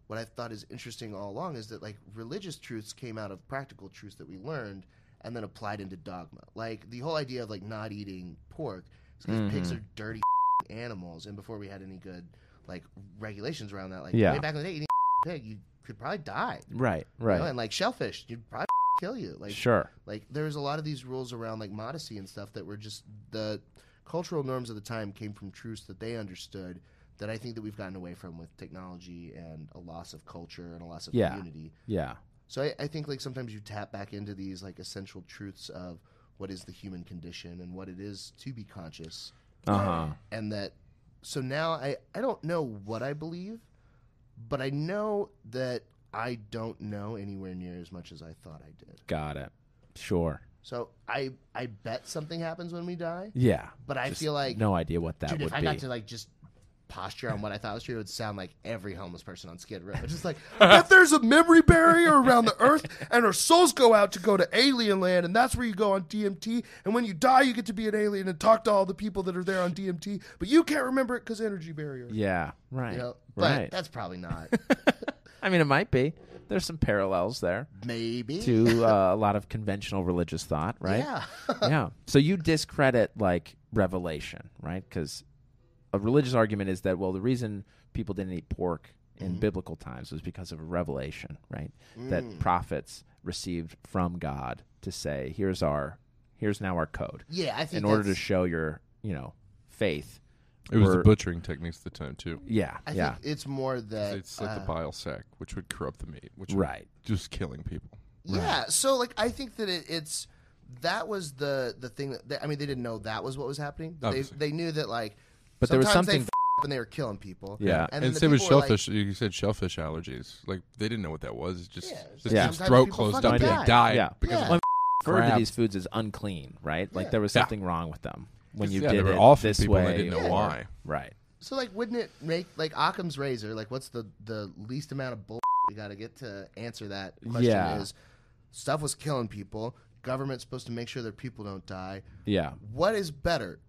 Speaker 2: what I've thought is interesting all along is that like religious truths came out of practical truths that we learned and
Speaker 3: Mm-hmm.
Speaker 2: then applied into dogma. Like the whole idea of like not eating pork is because pigs are dirty animals, and before we had any good like regulations around that, like
Speaker 3: Yeah.
Speaker 2: way back in the day, eating pig, you could probably die.
Speaker 3: Right.
Speaker 2: you
Speaker 3: Right.
Speaker 2: know, And like shellfish, you'd probably kill you. Like
Speaker 3: sure.
Speaker 2: like there was a lot of these rules around like modesty and stuff that were just the cultural norms of the time came from truths that they understood that I think that we've gotten away from with technology and a loss of culture and a loss of
Speaker 3: Yeah.
Speaker 2: community.
Speaker 3: Yeah.
Speaker 2: So I, I think like sometimes you tap back into these like essential truths of what is the human condition and what it is to be conscious
Speaker 3: Uh huh.
Speaker 2: and that so now I, I don't know what I believe, but I know that I don't know anywhere near as much as I thought I did.
Speaker 3: Got it. Sure.
Speaker 2: So I I bet something happens when we die,
Speaker 3: Yeah.
Speaker 2: but I
Speaker 3: Just
Speaker 2: feel like
Speaker 3: no idea what that
Speaker 2: dude,
Speaker 3: would
Speaker 2: if I
Speaker 3: be.
Speaker 2: got to like just posture on what I thought was true, it would sound like every homeless person on Skid Row. It's just like I bet there's a memory barrier around the earth, and our souls go out to go to alien land, and that's where you go on DMT. And when you die, you get to be an alien and talk to all the people that are there on DMT, but you can't remember it because energy barrier.
Speaker 3: yeah. Right.
Speaker 2: You know? But
Speaker 3: right.
Speaker 2: that's probably not.
Speaker 3: I mean, it might be. There's some parallels there
Speaker 2: Maybe.
Speaker 3: to uh, a lot of conventional religious thought, right?
Speaker 2: Yeah.
Speaker 3: yeah. So you discredit like revelation, right? Because a religious argument is that well, the reason people didn't eat pork
Speaker 2: Mm-hmm.
Speaker 3: in biblical times was because of a revelation, right?
Speaker 2: Mm.
Speaker 3: That prophets received from God to say, "Here's our, here's now our code."
Speaker 2: yeah, I think
Speaker 3: in order to
Speaker 2: that's-
Speaker 3: show your, you know, faith.
Speaker 4: It was the
Speaker 3: Or-
Speaker 4: butchering techniques at the time too.
Speaker 3: Yeah.
Speaker 2: I
Speaker 3: yeah.
Speaker 2: think it's more that
Speaker 4: It's like the
Speaker 2: uh,
Speaker 4: bile sac, which would corrupt the meat, which would-
Speaker 3: right.
Speaker 4: just killing people.
Speaker 2: Yeah. So like, I think that it, it's that was the the thing that they, I mean they didn't know that was what was happening. They
Speaker 4: Obviously.
Speaker 2: they knew that like,
Speaker 3: But there was
Speaker 2: sometimes they
Speaker 3: something-
Speaker 2: f- and they were killing people.
Speaker 3: Yeah.
Speaker 2: And,
Speaker 4: And,
Speaker 2: then the
Speaker 4: same with
Speaker 2: people were like-
Speaker 4: shellfish. you said shellfish allergies. Like they didn't know what that was. It's Just,
Speaker 2: Yeah,
Speaker 4: just
Speaker 3: Yeah.
Speaker 4: his
Speaker 2: sometimes
Speaker 4: throat
Speaker 2: people
Speaker 4: closed
Speaker 2: fucking
Speaker 4: up.
Speaker 2: die.
Speaker 4: They died
Speaker 3: Yeah.
Speaker 4: because
Speaker 2: Yeah.
Speaker 4: of
Speaker 3: referred to
Speaker 4: crap.
Speaker 3: these foods as unclean, right? Like
Speaker 2: Yeah.
Speaker 3: there was
Speaker 4: Yeah.
Speaker 3: something wrong with them when you
Speaker 4: yeah,
Speaker 3: did
Speaker 4: they were
Speaker 3: it
Speaker 4: awful
Speaker 3: this
Speaker 4: people
Speaker 3: way.
Speaker 4: and they didn't know
Speaker 3: or-
Speaker 4: why.
Speaker 3: Right.
Speaker 2: so like, wouldn't it make like Occam's razor? Like, what's the the least amount of bull we got to get to answer that question?
Speaker 3: Yeah.
Speaker 2: Is stuff was killing people. Government's supposed to make sure their people don't die.
Speaker 3: Yeah.
Speaker 2: what is better?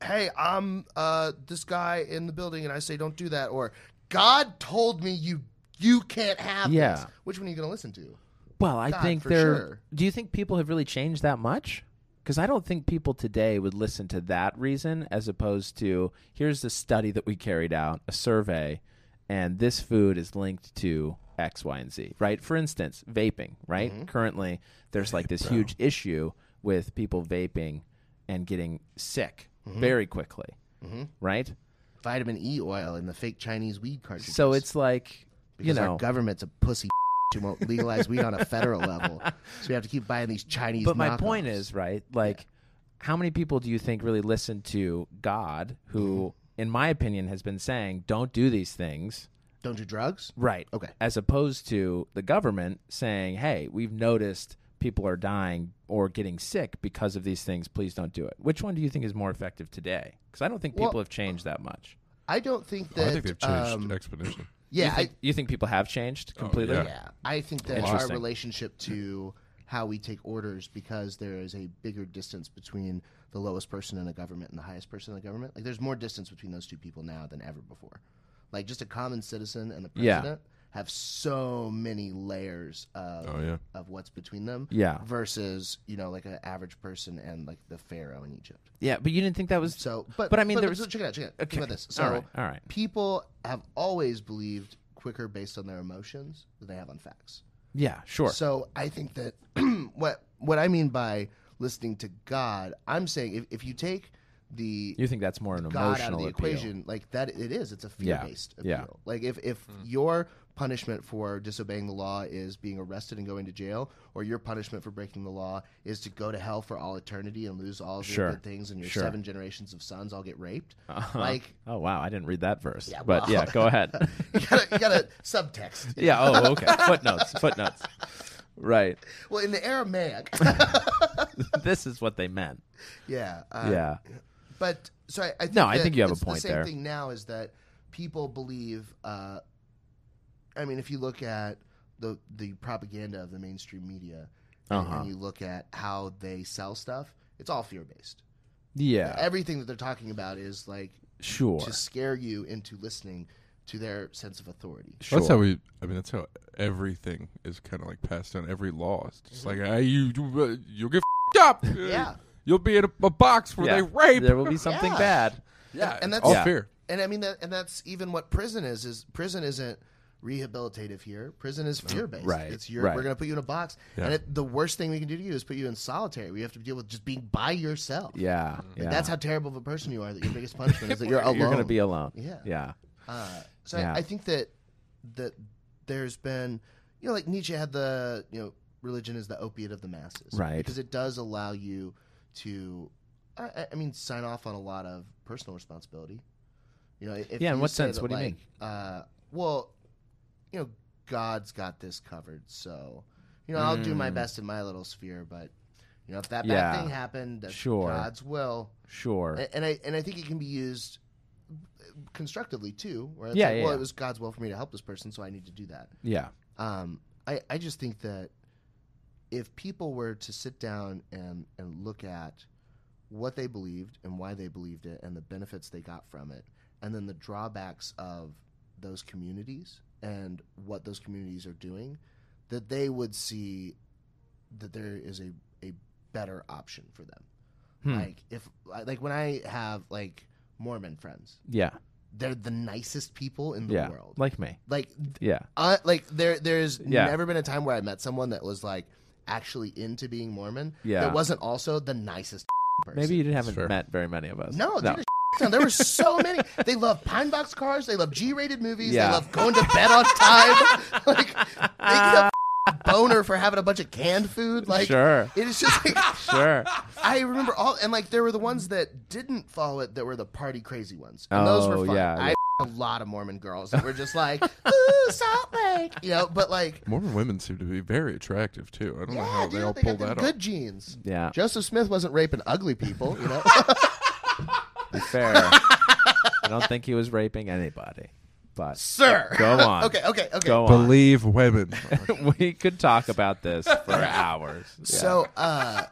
Speaker 2: Hey, I'm uh, this guy in the building, and I say don't do that, or God told me you you can't have this.
Speaker 3: Yeah.
Speaker 2: Which one are you going to listen to?
Speaker 3: Well, I
Speaker 2: God,
Speaker 3: think
Speaker 2: for
Speaker 3: they're.
Speaker 2: sure.
Speaker 3: Do you think people have really changed that much? Because I don't think people today would listen to that reason as opposed to here's the study that we carried out, a survey, and this food is linked to X, Y, and Z, right? For instance, vaping, right?
Speaker 2: Mm-hmm.
Speaker 3: Currently, there's like this huge issue with people vaping and getting sick
Speaker 2: Mm-hmm.
Speaker 3: very quickly, right?
Speaker 2: Vitamin E oil and the fake Chinese weed cartridges.
Speaker 3: So it's like,
Speaker 2: because
Speaker 3: you know.
Speaker 2: our government's a pussy who won't legalize weed on a federal level, so we have to keep buying these Chinese.
Speaker 3: but my point
Speaker 2: knockoffs.
Speaker 3: is right like how many people do you think really listen to god who
Speaker 2: Mm-hmm.
Speaker 3: in my opinion has been saying don't do these things
Speaker 2: don't do drugs.
Speaker 3: right
Speaker 2: Okay.
Speaker 3: as opposed to the government saying hey we've noticed people are dying or getting sick because of these things please don't do it which one do you think is more effective today because i don't think people
Speaker 2: Well-
Speaker 3: have changed that much
Speaker 2: I don't think that.
Speaker 4: I think they've changed
Speaker 2: um,
Speaker 4: exponentially.
Speaker 2: yeah,
Speaker 3: you
Speaker 2: I,
Speaker 3: think, you think people have changed completely
Speaker 4: yeah.
Speaker 2: Yeah, I think that our
Speaker 3: Interesting.
Speaker 2: relationship to how we take orders because there is a bigger distance between the lowest person in the government and the highest person in the government. Like, there's more distance between those two people now than ever before. Like, just a common citizen and the
Speaker 3: Yeah.
Speaker 2: president have so many layers of
Speaker 4: Oh, yeah.
Speaker 2: of what's between them.
Speaker 3: Yeah.
Speaker 2: versus you know like an average person and like the pharaoh in Egypt.
Speaker 3: Yeah, but you didn't think that was
Speaker 2: So, but
Speaker 3: But I mean,
Speaker 2: but,
Speaker 3: there was-
Speaker 2: so check it out. Check it out. Think
Speaker 3: Okay.
Speaker 2: about this. So,
Speaker 3: All right, all right.
Speaker 2: People have always believed quicker based on their emotions than they have on facts.
Speaker 3: yeah sure
Speaker 2: So I think that what what I mean by listening to God, I'm saying if, if you take the
Speaker 3: you think that's more an
Speaker 2: God out of
Speaker 3: emotional
Speaker 2: the
Speaker 3: appeal.
Speaker 2: equation, like that it is, it's a fear
Speaker 3: Yeah.
Speaker 2: based appeal.
Speaker 3: Yeah.
Speaker 2: Like if if your punishment for disobeying the law is being arrested and going to jail, or your punishment for breaking the law is to go to hell for all eternity and lose all of your
Speaker 3: Sure.
Speaker 2: good things and your
Speaker 3: Sure.
Speaker 2: seven generations of sons all get raped, like
Speaker 3: Oh wow, I didn't read that verse.
Speaker 2: Yeah,
Speaker 3: but
Speaker 2: well-
Speaker 3: yeah, go ahead.
Speaker 2: you gotta you gotta subtext.
Speaker 3: yeah. Oh, okay. Footnotes. Footnotes. Right.
Speaker 2: Well, in the Aramaic,
Speaker 3: This is what they meant.
Speaker 2: yeah, uh,
Speaker 3: Yeah.
Speaker 2: But so I, I think
Speaker 3: No, I
Speaker 2: that
Speaker 3: think you have a
Speaker 2: it's
Speaker 3: point
Speaker 2: The same
Speaker 3: there.
Speaker 2: thing now is that people believe. Uh, I mean, if you look at the the propaganda of the mainstream media, and-
Speaker 3: Uh-huh.
Speaker 2: and you look at how they sell stuff, it's all fear based.
Speaker 3: Yeah.
Speaker 2: Everything that they're talking about is like
Speaker 3: Sure.
Speaker 2: to scare you into listening to their sense of authority.
Speaker 3: Sure.
Speaker 4: That's how we. I mean, that's how everything is kind of like passed down. Every law, it's just like
Speaker 3: Mm-hmm.
Speaker 4: hey, you, you, uh, you'll get fed up. Uh,
Speaker 2: Yeah.
Speaker 4: you'll be in a, a box where
Speaker 3: Yeah.
Speaker 4: they rape.
Speaker 3: There will be something
Speaker 2: Yeah.
Speaker 3: bad.
Speaker 4: Yeah,
Speaker 2: and
Speaker 4: it's
Speaker 2: that's-
Speaker 4: all
Speaker 2: Yeah.
Speaker 4: fear.
Speaker 2: and I mean that, and that's even what prison is. Is prison isn't rehabilitative here. Prison is fear based.
Speaker 3: Right,
Speaker 2: It's your,
Speaker 3: right.
Speaker 2: we're going to put you in a box,
Speaker 4: Yeah.
Speaker 2: and it, the worst thing we can do to you is put you in solitary. We have to deal with just being by yourself.
Speaker 3: Yeah, yeah.
Speaker 2: Mm. That's how terrible of a person you are. That your biggest punishment is that you're alone.
Speaker 3: you're gonna be alone.
Speaker 2: Yeah.
Speaker 3: yeah,
Speaker 2: Uh, so
Speaker 3: Yeah.
Speaker 2: I, I think that that there's been, you know, like Nietzsche had the, you know, religion is the opiate of the masses,
Speaker 3: Right.
Speaker 2: Because it does allow you to, I- I, I mean, sign off on a lot of personal responsibility. You know, if
Speaker 3: Yeah, in
Speaker 2: you
Speaker 3: what
Speaker 2: say
Speaker 3: sense?
Speaker 2: that,
Speaker 3: What do you
Speaker 2: like, Uh, well, you know, God's got this covered, so you know, I'll do my best in my little sphere, but. You know, if that bad
Speaker 3: Mm. Yeah.
Speaker 2: thing happened, that's
Speaker 3: Sure.
Speaker 2: God's will.
Speaker 3: sure.
Speaker 2: A- and I and I think it can be used constructively too. Where it's
Speaker 3: Yeah,
Speaker 2: like,
Speaker 3: yeah,
Speaker 2: well,
Speaker 3: yeah.
Speaker 2: it was God's will for me to help this person, so I need to do that.
Speaker 3: yeah,
Speaker 2: Um, I I just think that if people were to sit down and and look at what they believed and why they believed it and the benefits they got from it, and then the drawbacks of those communities and what those communities are doing, that they would see that there is a, a better option for them.
Speaker 3: Hmm.
Speaker 2: Like if like when I have like Mormon friends,
Speaker 3: yeah,
Speaker 2: they're the nicest people in the
Speaker 3: yeah.
Speaker 2: world. Like,
Speaker 3: Like me.
Speaker 2: th-
Speaker 3: Yeah,
Speaker 2: uh, like there there's
Speaker 3: Yeah.
Speaker 2: never been a time where I met someone that was like actually into being Mormon
Speaker 3: Yeah.
Speaker 2: that wasn't also the nicest person.
Speaker 3: maybe you didn't- haven't
Speaker 4: fair.
Speaker 3: met very many of us.
Speaker 2: no, dude, a ton. there were so many. They love Pine Box cars. They love G-rated movies.
Speaker 3: Yeah.
Speaker 2: They love going to bed on time. like they get a boner for having a bunch of canned food. Like
Speaker 3: sure,
Speaker 2: it is just like
Speaker 3: sure.
Speaker 2: I remember all, and like there were the ones that didn't follow it that were the party crazy ones. And those
Speaker 3: Oh,
Speaker 2: were fun.
Speaker 3: yeah,
Speaker 2: I
Speaker 3: yeah.
Speaker 2: a lot of Mormon girls that were just like, ooh, Salt Lake, you know. But like,
Speaker 4: Mormon women seem to be very attractive too. I don't know
Speaker 2: yeah,
Speaker 4: how
Speaker 2: dude,
Speaker 4: they all
Speaker 2: they
Speaker 4: pull
Speaker 2: got them
Speaker 4: that off.
Speaker 2: good genes.
Speaker 3: Yeah,
Speaker 2: Joseph Smith wasn't raping ugly people, you know.
Speaker 3: be fair. I don't think he was raping anybody, but
Speaker 2: Sir,
Speaker 3: Go on.
Speaker 2: okay, okay, okay.
Speaker 3: go on.
Speaker 4: Believe women.
Speaker 3: we could talk about this for hours.
Speaker 2: So, uh,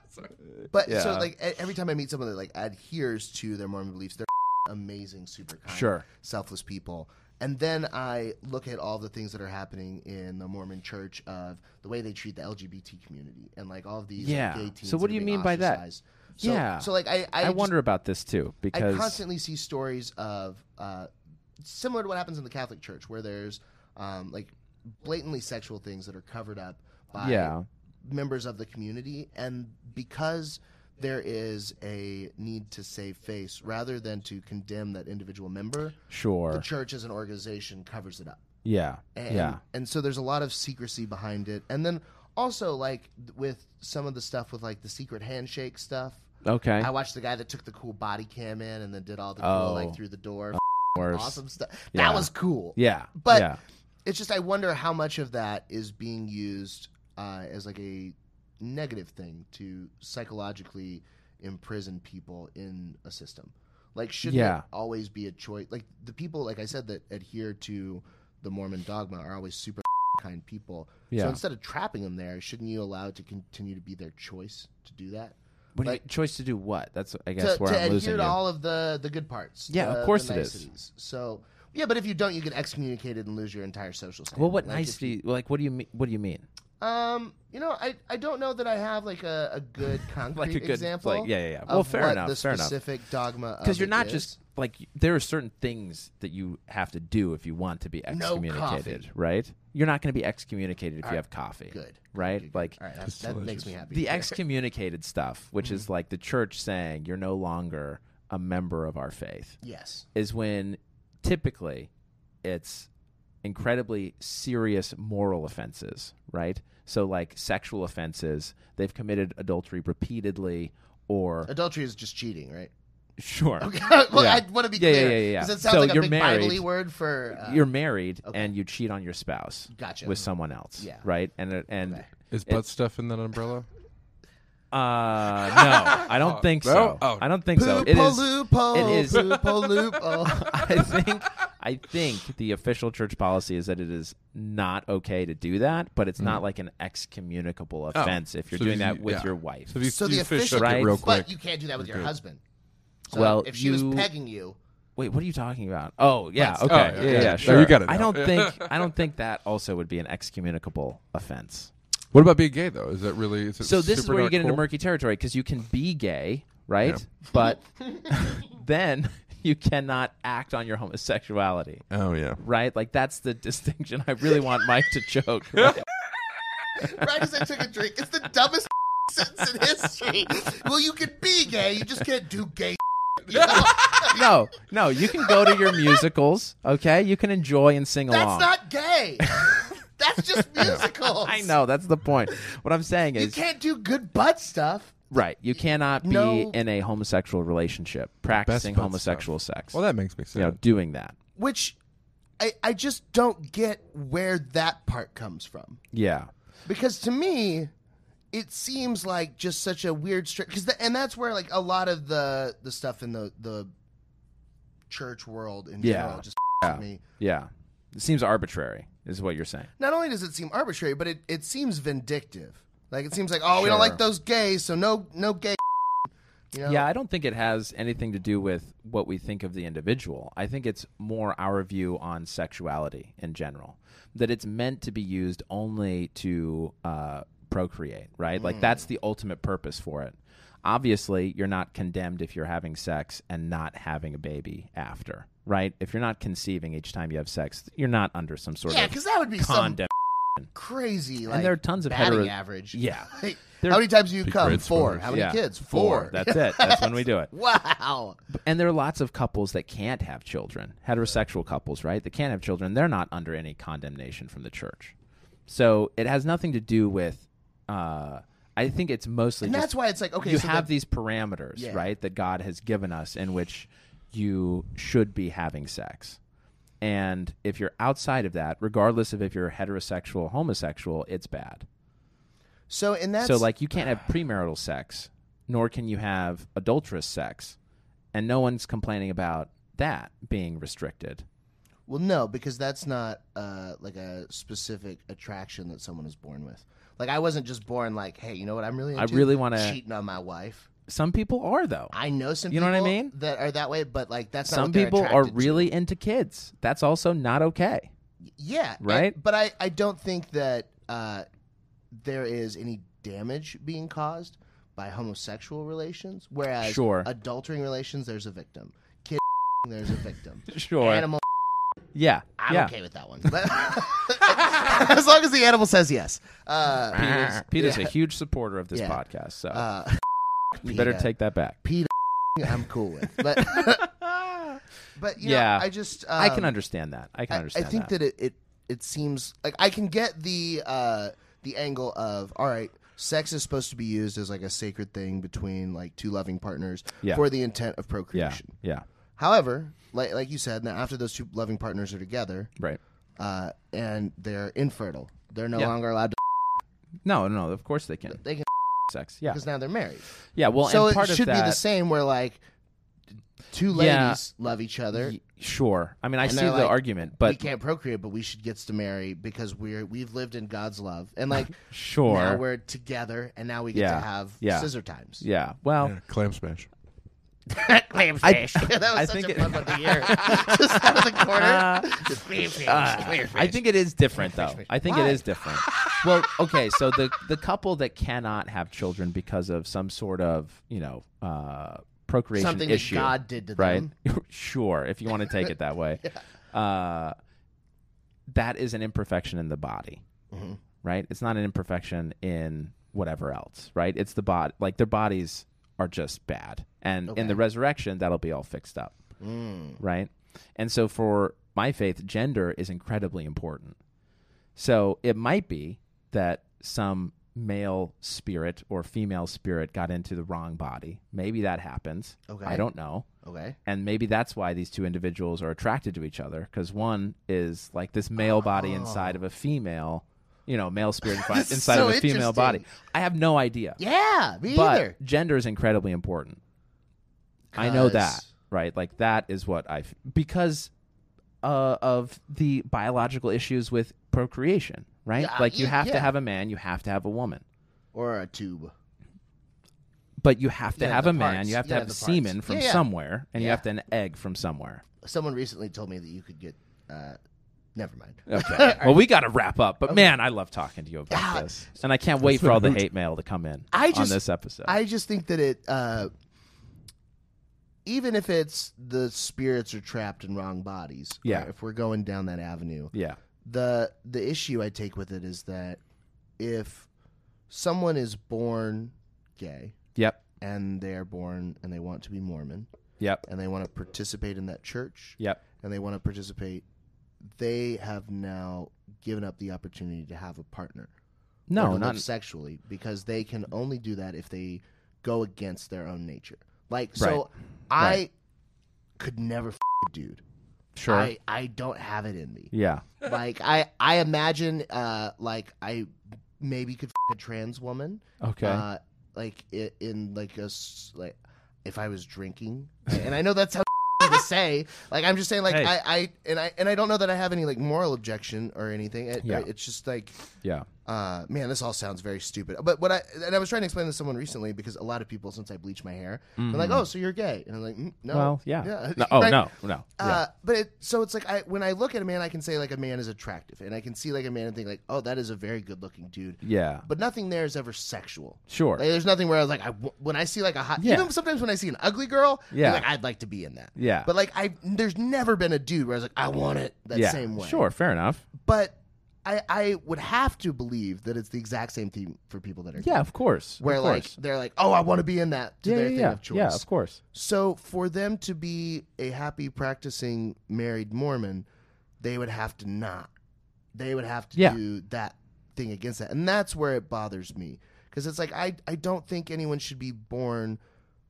Speaker 2: but so
Speaker 3: Yeah.
Speaker 2: like e- every time I meet someone that like adheres to their Mormon beliefs, they're amazing, super kind,
Speaker 3: Sure.
Speaker 2: selfless people. And then I look at all the things that are happening in the Mormon Church of the way they treat the LGBT community and like all of these like,
Speaker 3: Yeah.
Speaker 2: gay teens.
Speaker 3: So
Speaker 2: that
Speaker 3: what do
Speaker 2: are
Speaker 3: you
Speaker 2: being
Speaker 3: mean by that?
Speaker 2: ostracized. So,
Speaker 3: Yeah.
Speaker 2: So like I I,
Speaker 3: I,
Speaker 2: just-
Speaker 3: wonder about this too because
Speaker 2: I constantly see stories of uh, similar to what happens in the Catholic Church, where there's um, like blatantly sexual things that are covered up by
Speaker 3: Yeah.
Speaker 2: members of the community, and because there is a need to save face rather than to condemn that individual member, the
Speaker 3: sure,
Speaker 2: church as an organization covers it up.
Speaker 3: yeah,
Speaker 2: And,
Speaker 3: yeah,
Speaker 2: And so there's a lot of secrecy behind it, and then also like th- with some of the stuff with like the secret handshake stuff.
Speaker 3: okay,
Speaker 2: I watched the guy that took the cool body cam in and then did all the
Speaker 3: Oh.
Speaker 2: cool like through the door
Speaker 3: worse,
Speaker 2: awesome stuff.
Speaker 3: Yeah.
Speaker 2: That was cool.
Speaker 3: yeah,
Speaker 2: But
Speaker 3: yeah.
Speaker 2: It's just I wonder how much of that is being used uh, as like a negative thing to psychologically imprison people in a system. Like should
Speaker 3: Yeah.
Speaker 2: it always be a choice? Like the people like I said that adhere to the Mormon dogma are always super kind people.
Speaker 3: Yeah.
Speaker 2: So instead of trapping them there, shouldn't you allow it to continue to be their choice to do that?
Speaker 3: What do you-
Speaker 2: like-
Speaker 3: choice to do what? That's I guess
Speaker 2: to,
Speaker 3: where
Speaker 2: to
Speaker 3: I'm losing
Speaker 2: adhere to
Speaker 3: you.
Speaker 2: all of the the good parts.
Speaker 3: Yeah,
Speaker 2: the-
Speaker 3: of course
Speaker 2: the
Speaker 3: it is.
Speaker 2: niceties. So yeah, but if you don't, you get excommunicated and lose your entire social. Standing.
Speaker 3: well, what
Speaker 2: Like, if
Speaker 3: nicety? Like, what do you mean? What do you mean?
Speaker 2: you- Um, you know, I I don't know that I have like a, a good concrete
Speaker 3: Like a good,
Speaker 2: example.
Speaker 3: like, yeah, yeah, yeah.
Speaker 2: of
Speaker 3: Well, fair
Speaker 2: what
Speaker 3: enough,
Speaker 2: The
Speaker 3: fair enough.
Speaker 2: specific dogma
Speaker 3: Because
Speaker 2: because
Speaker 3: you're not just like y- there are certain things that you have to do if you want to be excommunicated, right? You're not going to be excommunicated if you have coffee,
Speaker 2: good.
Speaker 3: right? Like
Speaker 2: All right, Mm-hmm. that, that makes me happy.
Speaker 3: the excommunicated stuff, which is like the church saying you're no longer a member of our faith,
Speaker 2: yes,
Speaker 3: is when typically it's incredibly serious moral offenses, right? So like sexual offenses, they've committed adultery repeatedly or
Speaker 2: adultery is just cheating, right?
Speaker 3: sure.
Speaker 2: well,
Speaker 3: Yeah.
Speaker 2: I want to be
Speaker 3: Yeah, yeah,
Speaker 2: clear.
Speaker 3: yeah, yeah, yeah.
Speaker 2: 'cause it sounds
Speaker 3: So
Speaker 2: like a
Speaker 3: you're
Speaker 2: big
Speaker 3: married.
Speaker 2: Bible-y word for uh,
Speaker 3: You're married
Speaker 2: okay.
Speaker 3: and you cheat on your spouse
Speaker 2: Gotcha.
Speaker 3: with someone else,
Speaker 2: Yeah.
Speaker 3: right? And it- and
Speaker 2: Okay.
Speaker 4: Is butt stuff in that umbrella?
Speaker 3: uh no, I don't think so.
Speaker 4: no? Oh.
Speaker 3: I don't think so. It
Speaker 2: Loophole,
Speaker 3: is
Speaker 2: loophole,
Speaker 3: it is-
Speaker 2: loophole, loophole.
Speaker 3: I think I think the official church policy is that it is not okay to do that, but it's not like an excommunicable offense if you're
Speaker 4: So
Speaker 3: doing
Speaker 4: you-
Speaker 3: that with
Speaker 4: yeah.
Speaker 3: your wife.
Speaker 4: So if you,
Speaker 2: So
Speaker 4: you
Speaker 2: the
Speaker 4: fish
Speaker 2: official,
Speaker 4: hook it
Speaker 3: Right.
Speaker 4: real quick.
Speaker 2: but you can't do that with your
Speaker 4: good.
Speaker 2: husband. So
Speaker 3: Well,
Speaker 2: if she was
Speaker 3: you-
Speaker 2: pegging you,
Speaker 3: Wait, what are you talking about? Oh yeah,
Speaker 2: Yes.
Speaker 3: okay,
Speaker 4: Oh,
Speaker 3: yeah,
Speaker 4: yeah,
Speaker 3: yeah,
Speaker 4: yeah.
Speaker 3: yeah,
Speaker 4: No,
Speaker 3: sure.
Speaker 4: you got it
Speaker 3: I
Speaker 4: now.
Speaker 3: don't think I don't think that also would be an excommunicable offense.
Speaker 4: what about being gay though? Is that really? Is it
Speaker 3: So this is
Speaker 4: super
Speaker 3: where you
Speaker 4: not
Speaker 3: get into
Speaker 4: cool?
Speaker 3: murky territory because you can be gay, right? But then you cannot act on your homosexuality,
Speaker 4: Oh yeah.
Speaker 3: right? Like that's the distinction. I really want Mike to choke. Right?
Speaker 2: Right as I took a drink, it's the dumbest sentence in history. Well, you can be gay, you just can't do gay. you know?
Speaker 3: No, no, you can go to your musicals. Okay, you can enjoy and sing
Speaker 2: That's
Speaker 3: along.
Speaker 2: not gay. That's just musicals.
Speaker 3: I know that's the point. What I'm saying
Speaker 2: You
Speaker 3: is,
Speaker 2: can't do good butt stuff.
Speaker 3: right? You cannot be
Speaker 2: No.
Speaker 3: in a homosexual relationship, practicing
Speaker 4: butt
Speaker 3: homosexual sex.
Speaker 4: Well, that makes me sad.
Speaker 3: you know, doing that.
Speaker 2: Which I, I just don't get where that part comes from.
Speaker 3: Yeah,
Speaker 2: because to me it seems like just such a weird strict because and that's where like a lot of the the stuff in the the church world in
Speaker 3: Yeah.
Speaker 2: general just
Speaker 3: Yeah.
Speaker 2: me
Speaker 3: yeah. It seems arbitrary, is what you're saying.
Speaker 2: not only does it seem arbitrary but it, it seems vindictive like it seems like oh we don't
Speaker 3: Sure.
Speaker 2: like those gays so no no gay you know?
Speaker 3: Yeah, I don't think it has anything to do with what we think of the individual. I think it's more our view on sexuality in general that it's meant to be used only to uh, procreate, right? Like that's
Speaker 2: Mm.
Speaker 3: the ultimate purpose for it. Obviously, you're not condemned if you're having sex and not having a baby after, right? If you're not conceiving each time you have sex, you're not under some sort
Speaker 2: yeah
Speaker 3: of
Speaker 2: because that would be some
Speaker 3: condemn.
Speaker 2: crazy like
Speaker 3: and there are tons of
Speaker 2: batting
Speaker 3: hetero.
Speaker 2: average
Speaker 3: Yeah.
Speaker 2: Like,
Speaker 3: There-
Speaker 2: how many times do you
Speaker 4: Be
Speaker 2: come
Speaker 4: great
Speaker 2: four
Speaker 4: swimmers.
Speaker 2: how many
Speaker 3: Yeah.
Speaker 2: kids four,
Speaker 3: That's it. That's when we do it.
Speaker 2: wow
Speaker 3: And there are lots of couples that can't have children, heterosexual couples, right? That can't have children. They're not under any condemnation from the church. So it has nothing to do with. Uh, I think it's mostly
Speaker 2: and
Speaker 3: just
Speaker 2: that's why it's like okay
Speaker 3: you
Speaker 2: so
Speaker 3: have
Speaker 2: the-
Speaker 3: these parameters,
Speaker 2: Yeah.
Speaker 3: right, that God has given us in which you should be having sex. And if you're outside of that, regardless of if you're heterosexual or homosexual, it's bad.
Speaker 2: so and that's
Speaker 3: So like you can't have premarital sex, nor can you have adulterous sex, and no one's complaining about that being restricted.
Speaker 2: Well, no, because that's not uh, like a specific attraction that someone is born with. Like I wasn't just born like, hey, you know what? I'm really
Speaker 3: I
Speaker 2: into
Speaker 3: really wanna-
Speaker 2: cheating on my wife.
Speaker 3: Some people are though.
Speaker 2: I know some.
Speaker 3: You know what I
Speaker 2: people
Speaker 3: mean?
Speaker 2: That are that way, but like that's not
Speaker 3: Some
Speaker 2: what they're
Speaker 3: people are
Speaker 2: attracted to.
Speaker 3: really into kids. That's also not okay.
Speaker 2: yeah and-
Speaker 3: right?
Speaker 2: but I I don't think that uh, there is any damage being caused by homosexual relations, whereas
Speaker 3: Sure.
Speaker 2: adultering relations, there's a victim. Kid, there's a victim.
Speaker 3: Sure.
Speaker 2: Animal,
Speaker 3: yeah.
Speaker 2: I'm
Speaker 3: yeah.
Speaker 2: okay with that one. as long as the animal says yes. Uh,
Speaker 3: Peter's, Peter's
Speaker 2: Yeah.
Speaker 3: a huge supporter of this
Speaker 2: Yeah.
Speaker 3: podcast, so
Speaker 2: Uh,
Speaker 3: you better
Speaker 2: Peter.
Speaker 3: take that back.
Speaker 2: I'm cool with, but but you know,
Speaker 3: Yeah.
Speaker 2: I just um,
Speaker 3: I can understand that. I can understand.
Speaker 2: I think that, it, it it seems like I can get the uh, the angle of all right, sex is supposed to be used as like a sacred thing between like two loving partners
Speaker 3: Yeah.
Speaker 2: for the intent of
Speaker 3: yeah,
Speaker 2: procreation.
Speaker 3: yeah,
Speaker 2: However, like like you said, now after those two loving partners are together
Speaker 3: right.
Speaker 2: uh, and they're infertile, they're no
Speaker 3: Yeah.
Speaker 2: longer allowed to
Speaker 3: No, no, of course they can.
Speaker 2: they can
Speaker 3: Sex, yeah,
Speaker 2: because now they're married.
Speaker 3: yeah. Well,
Speaker 2: so
Speaker 3: and part
Speaker 2: it should
Speaker 3: of that,
Speaker 2: be the same where like two
Speaker 3: Yeah.
Speaker 2: ladies love each other
Speaker 3: Y- Sure. I mean, I
Speaker 2: And
Speaker 3: see
Speaker 2: they're
Speaker 3: the
Speaker 2: like,
Speaker 3: argument,
Speaker 2: we
Speaker 3: but
Speaker 2: can't procreate, but we should get to marry because we're we've lived in God's love, and like now
Speaker 3: sure.
Speaker 2: we're together, and now we get
Speaker 3: Yeah,
Speaker 2: to have
Speaker 3: yeah.
Speaker 2: scissor times.
Speaker 3: Yeah. Well,
Speaker 4: Yeah, clam smash.
Speaker 2: Clamfish. that was
Speaker 3: I
Speaker 2: such
Speaker 3: think
Speaker 2: a
Speaker 3: it-
Speaker 2: fun one to hear. Just out of the corner. Just clamfish,
Speaker 3: uh,
Speaker 2: clamfish.
Speaker 3: I think it is different, though. I think
Speaker 2: Why?
Speaker 3: it is different. well, okay. So the the couple that cannot have children because of some sort of you know uh, procreation
Speaker 2: something
Speaker 3: issue,
Speaker 2: that God did to
Speaker 3: right?
Speaker 2: them.
Speaker 3: sure, if you want to take it that way, uh, that is an imperfection in the body,
Speaker 2: Mm-hmm.
Speaker 3: right? It's not an imperfection in whatever else, right? It's the body, like their bodies are just bad, and in
Speaker 2: Okay. Mm.
Speaker 3: the resurrection, that'll be all fixed up, right? And so, for my faith, gender is incredibly important. So it might be that some male spirit or female spirit got into the wrong body. Maybe that happens.
Speaker 2: Okay.
Speaker 3: I don't know
Speaker 2: Okay.
Speaker 3: and maybe that's why these two individuals are attracted to each other because one is like this male body inside of a female you know male spirit fi-
Speaker 2: This is
Speaker 3: inside
Speaker 2: so
Speaker 3: of a female body
Speaker 2: interesting.
Speaker 3: i have no idea
Speaker 2: Yeah, me
Speaker 3: but
Speaker 2: either.
Speaker 3: gender is incredibly important i know that
Speaker 2: 'Cause-
Speaker 3: right like that is what i f- because uh, of the biological issues with procreation right
Speaker 2: Yeah,
Speaker 3: like you
Speaker 2: yeah,
Speaker 3: have
Speaker 2: yeah.
Speaker 3: to have a man you have to have a woman
Speaker 2: Or a tube.
Speaker 3: but you have to
Speaker 2: Yeah,
Speaker 3: have
Speaker 2: the
Speaker 3: a man
Speaker 2: parts.
Speaker 3: you have to
Speaker 2: Yeah,
Speaker 3: have
Speaker 2: the
Speaker 3: a
Speaker 2: parts.
Speaker 3: semen from
Speaker 2: Yeah, yeah.
Speaker 3: somewhere and you
Speaker 2: Yeah.
Speaker 3: have to an egg from somewhere
Speaker 2: Someone recently told me that you could get. Uh, never mind.
Speaker 3: Okay. well, we got to wrap up, but man, I love talking to you about
Speaker 2: Ah,
Speaker 3: this, and I can't wait for all the hate mail to come in
Speaker 2: I
Speaker 3: on
Speaker 2: just-
Speaker 3: this episode.
Speaker 2: I just think that it uh, even if it's the spirits are trapped in wrong bodies. or
Speaker 3: Yeah.
Speaker 2: If we're going down that avenue,
Speaker 3: Yeah.
Speaker 2: the the issue I take with it is that if someone is born gay
Speaker 3: Yep.
Speaker 2: and they're born and they want to be Mormon
Speaker 3: Yep.
Speaker 2: and they want to participate in that church
Speaker 3: Yep.
Speaker 2: and they want to participate, they have now given up the opportunity to have a partner. or
Speaker 3: No,
Speaker 2: to
Speaker 3: not
Speaker 2: live sexually because they can only do that if they go against their own nature. Like
Speaker 3: Right.
Speaker 2: so, I could never f- a dude.
Speaker 3: sure.
Speaker 2: I I don't have it in me.
Speaker 3: yeah.
Speaker 2: like I I imagine uh like I maybe could f- a trans woman.
Speaker 3: Okay.
Speaker 2: Uh, like i in like a s- like if I was drinking, and I know that's how to say. Like I'm just saying, like
Speaker 4: Hey.
Speaker 2: I, I and I and I don't know that I have any like moral objection or anything. It,
Speaker 3: Yeah.
Speaker 2: It's just like
Speaker 3: yeah.
Speaker 2: uh, man, this all sounds very stupid. But what I and I was trying to explain this to someone recently because a lot of people, since I bleach my hair, they're like, "Oh, so you're gay?" And I'm like, mm, "No,
Speaker 3: Mm-hmm. Well, yeah.
Speaker 2: yeah,
Speaker 3: No, oh
Speaker 2: Right?
Speaker 3: no, no. Yeah.
Speaker 2: Uh, but it, so it's like I when I look at a man, I can say like a man is attractive, and I can see like a man and think like, "Oh, that is a very good looking dude."
Speaker 3: yeah.
Speaker 2: But nothing there is ever sexual.
Speaker 3: Sure.
Speaker 2: Like, there's nothing where I was like, I w when I see like a hot,
Speaker 3: Yeah.
Speaker 2: even sometimes when I see an ugly girl, I'm
Speaker 3: Yeah.
Speaker 2: like I'd like to be in that.
Speaker 3: Yeah.
Speaker 2: But like I, there's never been a dude where I was like, I want it that
Speaker 3: yeah.
Speaker 2: same way
Speaker 3: Sure, fair enough.
Speaker 2: but I, I would have to believe that it's the exact same thing for people that are
Speaker 3: Yeah, of course.
Speaker 2: where
Speaker 3: of
Speaker 2: like
Speaker 3: course.
Speaker 2: they're like oh I want to be in that to
Speaker 3: yeah,
Speaker 2: their
Speaker 3: yeah,
Speaker 2: thing
Speaker 3: yeah.
Speaker 2: of choice.
Speaker 3: yeah, of course.
Speaker 2: So for them to be a happy practicing married Mormon, they would have to not. They would have to
Speaker 3: Yeah.
Speaker 2: do that thing against that, and that's where it bothers me because it's like I I don't think anyone should be born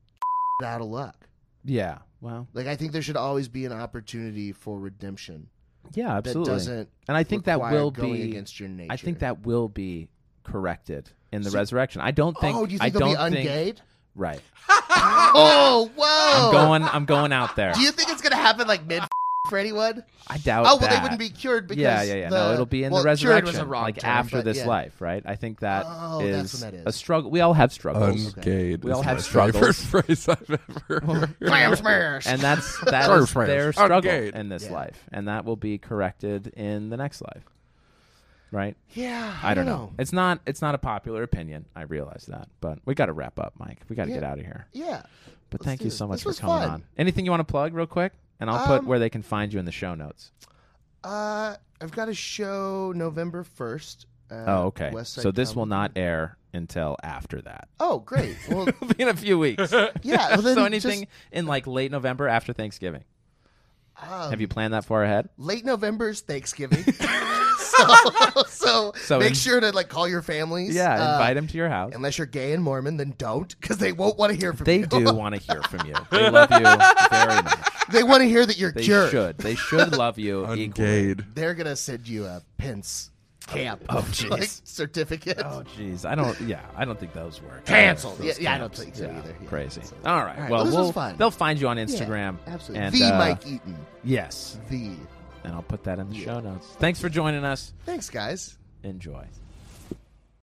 Speaker 2: out of luck.
Speaker 3: Yeah. Well,
Speaker 2: Like I think there should always be an opportunity for redemption
Speaker 3: yeah,
Speaker 2: that
Speaker 3: absolutely.
Speaker 2: doesn't.
Speaker 3: and I think that
Speaker 2: require
Speaker 3: will
Speaker 2: going
Speaker 3: be
Speaker 2: against your nature.
Speaker 3: I think that will be corrected in the
Speaker 2: So-
Speaker 3: resurrection. I don't think
Speaker 2: oh, you think
Speaker 3: I
Speaker 2: they'll
Speaker 3: don't
Speaker 2: be
Speaker 3: think
Speaker 2: ungayed?
Speaker 3: right.
Speaker 2: oh, whoa!
Speaker 3: I'm going I'm going out there.
Speaker 2: Do you think it's gonna happen like mid for anyone?
Speaker 3: I doubt
Speaker 2: Oh, well,
Speaker 3: that.
Speaker 2: they wouldn't be cured because
Speaker 3: yeah, yeah, yeah.
Speaker 2: The,
Speaker 3: no, it'll be in
Speaker 2: well,
Speaker 3: the resurrection,
Speaker 2: Cured was a wrong
Speaker 3: like
Speaker 2: term,
Speaker 3: after
Speaker 2: but
Speaker 3: this
Speaker 2: yeah.
Speaker 3: life, right? I think that is
Speaker 2: Oh, that's what that
Speaker 3: a
Speaker 2: is.
Speaker 3: struggle. We all have struggles,
Speaker 4: Ungayed.
Speaker 3: We all
Speaker 4: is
Speaker 3: have
Speaker 4: my
Speaker 3: struggles.
Speaker 4: Favorite phrase I've ever. heard.
Speaker 2: Slam smash.
Speaker 3: and that's that
Speaker 4: Sorry,
Speaker 3: is
Speaker 4: friends.
Speaker 3: their struggle
Speaker 4: Ungayed.
Speaker 3: in this
Speaker 2: Yeah.
Speaker 3: life, and that will be corrected in the next life, right?
Speaker 2: yeah,
Speaker 3: I don't know. It's not it's not a popular opinion. I realize that, but we got to wrap up, Mike. We got to
Speaker 2: Yeah.
Speaker 3: get out of here.
Speaker 2: Yeah,
Speaker 3: But
Speaker 2: Let's
Speaker 3: thank
Speaker 2: do
Speaker 3: you
Speaker 2: this.
Speaker 3: so much
Speaker 2: This
Speaker 3: for
Speaker 2: was
Speaker 3: coming
Speaker 2: fun.
Speaker 3: on. Anything you want to plug real quick? And I'll put
Speaker 2: Um,
Speaker 3: where they can find you in the show notes.
Speaker 2: uh, I've got a show November first. Uh,
Speaker 3: Oh, okay.
Speaker 2: West Side
Speaker 3: So this will
Speaker 2: Comedy.
Speaker 3: not air until after that.
Speaker 2: Oh, great. Well,
Speaker 3: It'll be in a few weeks.
Speaker 2: yeah. Well, then
Speaker 3: so
Speaker 2: just-
Speaker 3: anything in like late November after Thanksgiving.
Speaker 2: um,
Speaker 3: Have you planned that far ahead?
Speaker 2: late November is Thanksgiving. so, so,
Speaker 3: So
Speaker 2: make
Speaker 3: in-
Speaker 2: sure to like call your families.
Speaker 3: Yeah,
Speaker 2: Uh,
Speaker 3: invite him to your house.
Speaker 2: Unless you're gay and Mormon, then don't, because they won't want to hear from
Speaker 3: They
Speaker 2: you.
Speaker 3: do want to hear from you. They love you very much.
Speaker 2: They want to hear that you're
Speaker 3: They
Speaker 2: cured.
Speaker 3: should. They should love you equally.
Speaker 4: Ungayed.
Speaker 2: They're gonna send you a Pence camp like,
Speaker 3: Oh, jeez.
Speaker 2: certificate.
Speaker 3: Oh, jeez. I don't. Yeah, I don't think those work.
Speaker 2: Canceled.
Speaker 3: Those
Speaker 2: Yeah, yeah, I
Speaker 3: camps.
Speaker 2: don't think so either. Yeah.
Speaker 3: Crazy. All right.
Speaker 2: All right,
Speaker 3: Well,
Speaker 2: well, this was
Speaker 3: we'll-
Speaker 2: fun.
Speaker 3: they'll find you on
Speaker 2: Yeah,
Speaker 3: Instagram.
Speaker 2: absolutely.
Speaker 3: And,
Speaker 2: the
Speaker 3: uh,
Speaker 2: Mike Eaton.
Speaker 3: Yes.
Speaker 2: The.
Speaker 3: And I'll put that in the show notes. Thanks for joining us.
Speaker 2: Thanks, guys.
Speaker 3: Enjoy.